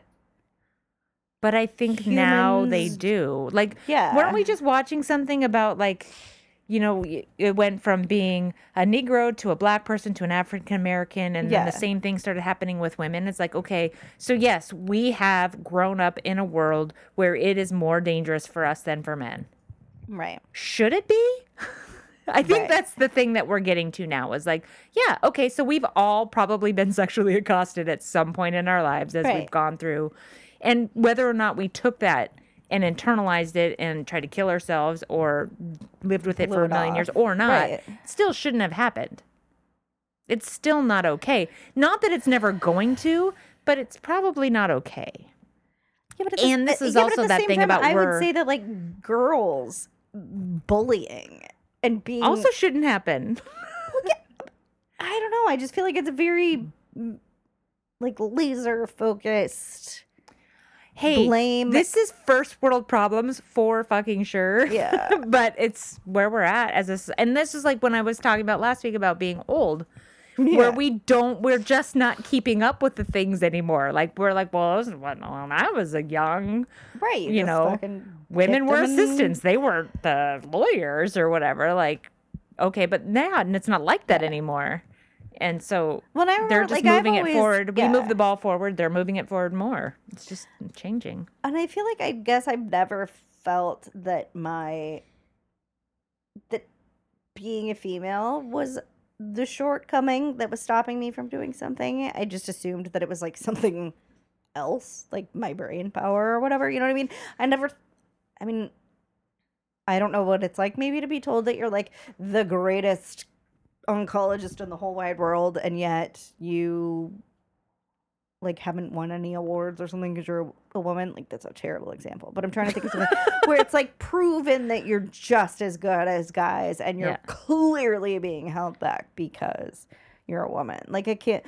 But I think now they Humans- do. Like, Yeah. weren't we just watching something about like, you know, y- it went from being a Negro to a black person to an African American, and Yeah. then the same thing started happening with women. It's like, okay, so yes, we have grown up in a world where it is more dangerous for us than for men. right. should it be? [LAUGHS] I think Right. that's the thing that we're getting to now is like, yeah, okay, so we've all probably been [LAUGHS] sexually accosted at some point in our lives as we've Right. gone through. And whether or not we took that and internalized it and tried to kill ourselves or lived with it Blew for a it million years off. or not, Right. still shouldn't have happened. It's still not okay. Not that it's never going to, but it's probably not okay. Yeah, but at And this uh, is yeah, but at also the that same thing time, about I we're- would say that like girls bullying and being Also shouldn't happen. [LAUGHS] I don't know. I just feel like it's a very mm, like laser [LAUGHS] focused. Hey, Blame- This is first world problems for fucking sure. Yeah. [LAUGHS] but it's where we're at as a, s- and this is like when I was talking about last week about being old, Yeah. where we don't, we're just not keeping up with the things anymore. Like we're like, well, I was when I was a young, Right. you just know, fucking women get were them and- assistants; they weren't the lawyers or whatever. Like, okay, but now and it's not like that anymore. And so Well, and I they're remember, just like, I've moving it always- forward. We move yeah. the ball forward; they're moving it forward more. It's just changing. And I feel like I guess I've never felt that my that being a female was the shortcoming that was stopping me from doing something. I just assumed that it was like [LAUGHS] something else, like my brain power or whatever, you know what I mean? I never I mean I don't know what it's like maybe to be told that you're like the greatest oncologist in the whole wide world and yet you like haven't won any awards or something because you're a, a woman. Like that's a terrible example, but I'm trying to think of something where it's like proven that you're just as good as guys, and you're Yeah. clearly being held back because you're a woman. Like I can't.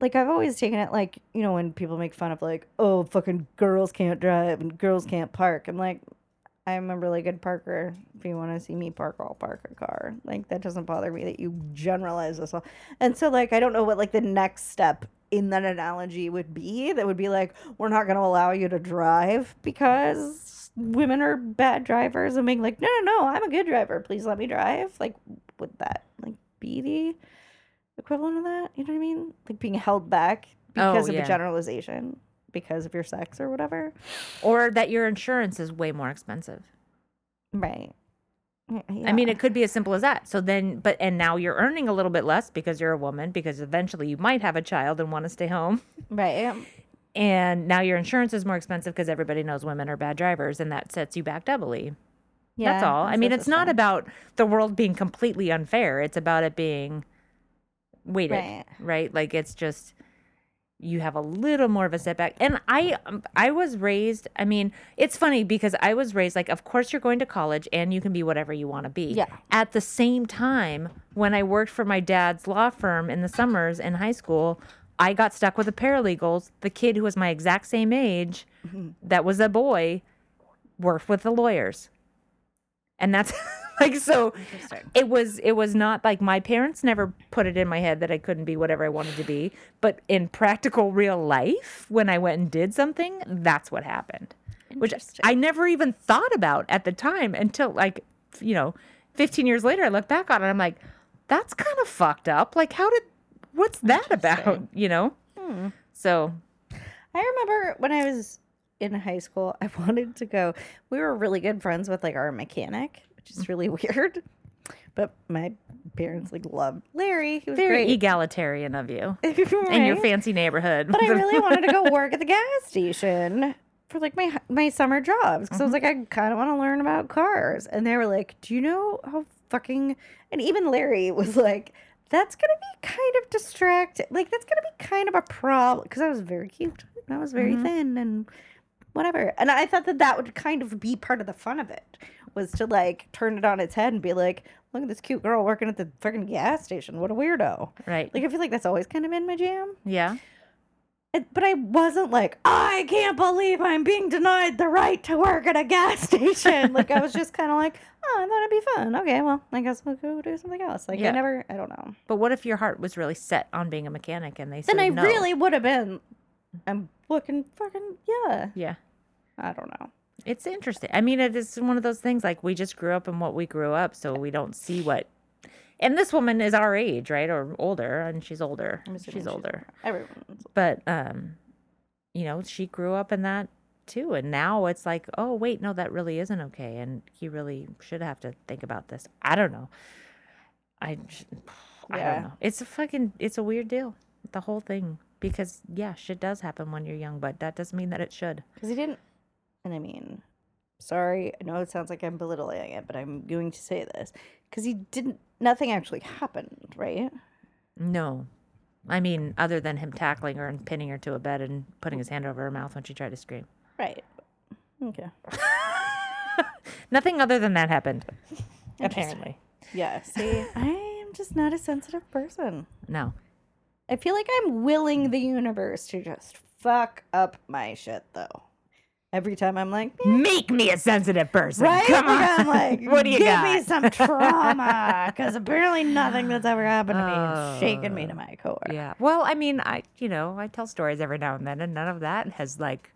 Like I've always taken it like you know when people make fun of like oh fucking girls can't drive and girls can't park. I'm like. I'm a really good parker. If you want to see me park, I'll park a car. Like that doesn't bother me that you generalize this all. And so like I don't know what like the next step in that analogy would be that would be like we're not going to allow you to drive because women are bad drivers and being like no no no I'm a good driver please let me drive like would that like be the equivalent of that you know what I mean like being held back Oh, because of yeah. a generalization because of your sex or whatever or that your insurance is way more expensive. right Y- I mean, yeah. it could be as simple as that. So then, but and now you're earning a little bit less because you're a woman, because eventually you might have a child and want to stay home. right And now your insurance is more expensive because everybody knows women are bad drivers and that sets you back doubly. yeah That's all. I so mean, this it's is fun. not about the world being completely unfair, it's about it being weighted, Right. right? Like it's just you have a little more of a setback. And I um, I was raised, I mean, it's funny because I was raised like of course you're going to college and you can be whatever you want to be. Yeah. At the same time, when I worked for my dad's law firm in the summers in high school, I got stuck with the paralegals, the kid who was my exact same age that was a boy worked with the lawyers and that's [LAUGHS] like so it was it was not like my parents never put it in my head that i couldn't be whatever i wanted to be but in practical real life when i went and did something that's what happened which i never even thought about at the time until like you know 15 years later i look back on it and i'm like that's kind of fucked up like how did what's that about [LAUGHS] you know Hmm. so I remember when I was in high school, [LAUGHS] I wanted to go. We were really good friends with like our mechanic, which is really [LAUGHS] weird. But my parents like loved Larry. He was [LAUGHS] very great. egalitarian of you in and your fancy neighborhood [LAUGHS] But I really wanted to go work at the gas station for like my h- my summer jobs because I was like, I kind of want to learn about cars. And they were like, Do you know how fucking? And even Larry was like, That's gonna be kind of distracting. Like that's gonna be kind of a problem because I was very cute and I was very thin and whatever. And I thought that that would kind of be part of the fun of it was to like turn it on its head and be like, Look at this cute girl working at the fucking gas station. What a weirdo. right Like I feel like that's always kind of been my jam. yeah It- but I wasn't like, I can't believe I'm being denied the right to work at a gas [LAUGHS] station. like, I was just kind of like, oh, I thought it'd be fun. Okay, well, I guess we'll go do something else. Like, Yeah. I never, I don't know. But what if your heart was really set on being a mechanic and they said Then I no? really would have been, I'm looking fucking, yeah. Yeah. I don't know. It's interesting. I mean, it is one of those things like we just grew up in what we grew up, so we don't see what And this woman is our age, right? Or older, and she's older. She's older. Everyone's But um you know, she grew up in that too, and now it's like, "Oh, wait, no, that really isn't okay." And he really should have to think about this. I don't know. I j- I Yeah. don't know. It's a fucking it's a weird deal. The whole thing because yeah, shit does happen when you're young, but that doesn't mean that it should. Because he didn't. And I mean, sorry, I know it sounds like I'm belittling it, but I'm going to say this. Because he didn't. Nothing actually happened, right? No. I mean, other than him tackling her and pinning her to a bed and putting his hand over her mouth when she tried to scream. [LAUGHS] Right. Okay. Nothing other than that happened. [LAUGHS] Apparently. Yeah. See, I am just not a sensitive person. No. I feel like I'm willing the universe to just fuck up my shit though. Every time I'm like, [LAUGHS] "Yeah, Make me a sensitive person. right? Come on. Like, I'm like, [LAUGHS] What do you give got? me some trauma because apparently nothing that's ever happened to me has shaken me to my core. Oh. Yeah. Well, I mean, I you know, I tell stories every now and then and none of that has like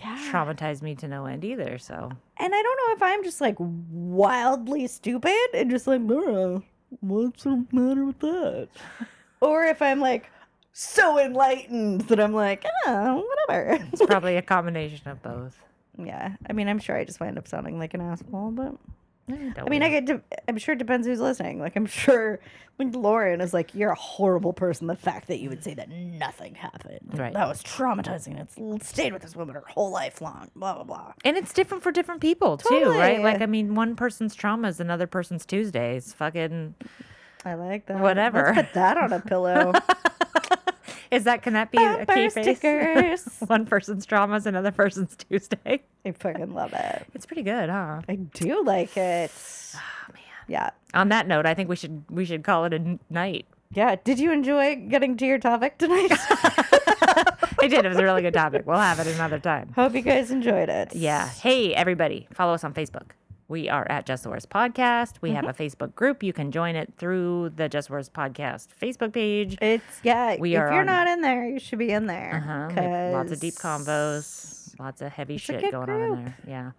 Yeah. traumatized me to no end either, so And I don't know if I'm just like wildly stupid and just like, "Bruh, what's the matter with [LAUGHS] that? Or if I'm like so enlightened that I'm like, oh, [LAUGHS] whatever. it's probably a combination of both. yeah. I mean, I'm sure I just wind up sounding like an asshole, but I I mean, I get. De- I'm sure it depends who's listening. Like, I'm sure like Lauren is like, "You're a horrible person." The fact that you would say that nothing happened, Right. That was traumatizing. It's l- stayed with this woman her whole life long. Blah blah blah. and it's different for different people too, right? Totally. Like I mean, one person's trauma is another person's Tuesday. It's fucking I like that. Whatever. Let's put that on a pillow. Is that can that be a Bumper key phrase? stickers. [LAUGHS] One person's trauma is another person's [LAUGHS] Tuesday. I fucking love it. It's pretty good, huh? I do like it. Oh man. Yeah. On that note, I think we should we should call it a n- night. Yeah. Did you enjoy getting to your topic tonight? [LAUGHS] I did. It was a really good topic. We'll have it another time. Hope you guys enjoyed it. Yeah. Hey, everybody, follow us on Facebook. We are at Just the Worst Podcast. We have a Mm-hmm. Facebook group. You can join it through the Just the Worst Podcast Facebook page. It's yeah. We if are you're on- not in there, you should be in there. Uh-huh. we have Lots of deep 'cause- combos. Lots of heavy a shit good going on in group. there. Yeah.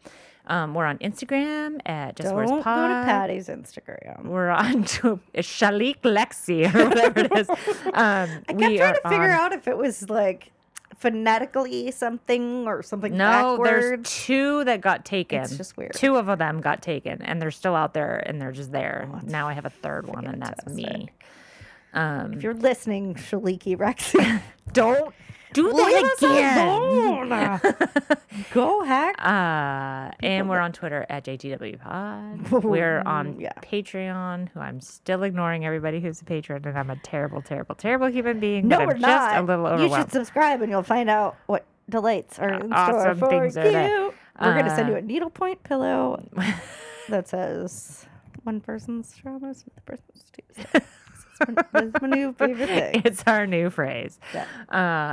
Um, we're on Instagram at Just the Don't Worst go to Pod. Patty's Instagram. we're on [LAUGHS] to Shalik Lexi or whatever it is. Um, [LAUGHS] I kept we trying are to figure on- out if it was like phonetically something or something No, backward. there's two that got taken. It's just weird. Two of them got taken, and they're still out there, and they're just there. now I have a third one, and that's me. Um, If you're listening, Shaliki [LAUGHS] Rexy, don't do leave that us again. [LAUGHS] alone. Go hack. Uh, and we're on Twitter at JTW [LAUGHS] Pod. We're on yeah. Patreon, who I'm still ignoring everybody who's a patron, and I'm a terrible, terrible, terrible human being. No, but we're I'm not. just a little you should overwhelmed. subscribe, and you'll find out what delights are in awesome store for things you. are there. We're gonna send Uh, you a needlepoint [LAUGHS] pillow that says "One person's trauma is another person's [LAUGHS] Tuesday." That's my- That's my new favorite thing. it's our new phrase. Yeah.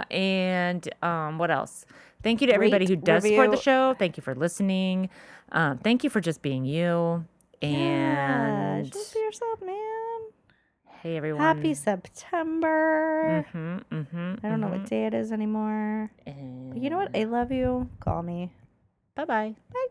Uh, and um, what else? Thank you to everybody who Rate, does support the review. show. Thank you for listening. Um, thank you for just being you. Yeah, And just be yourself, man. hey, everyone. Happy September. hmm hmm I don't know what day it is anymore. But you know what? I love you. Call me. Bye bye. Bye.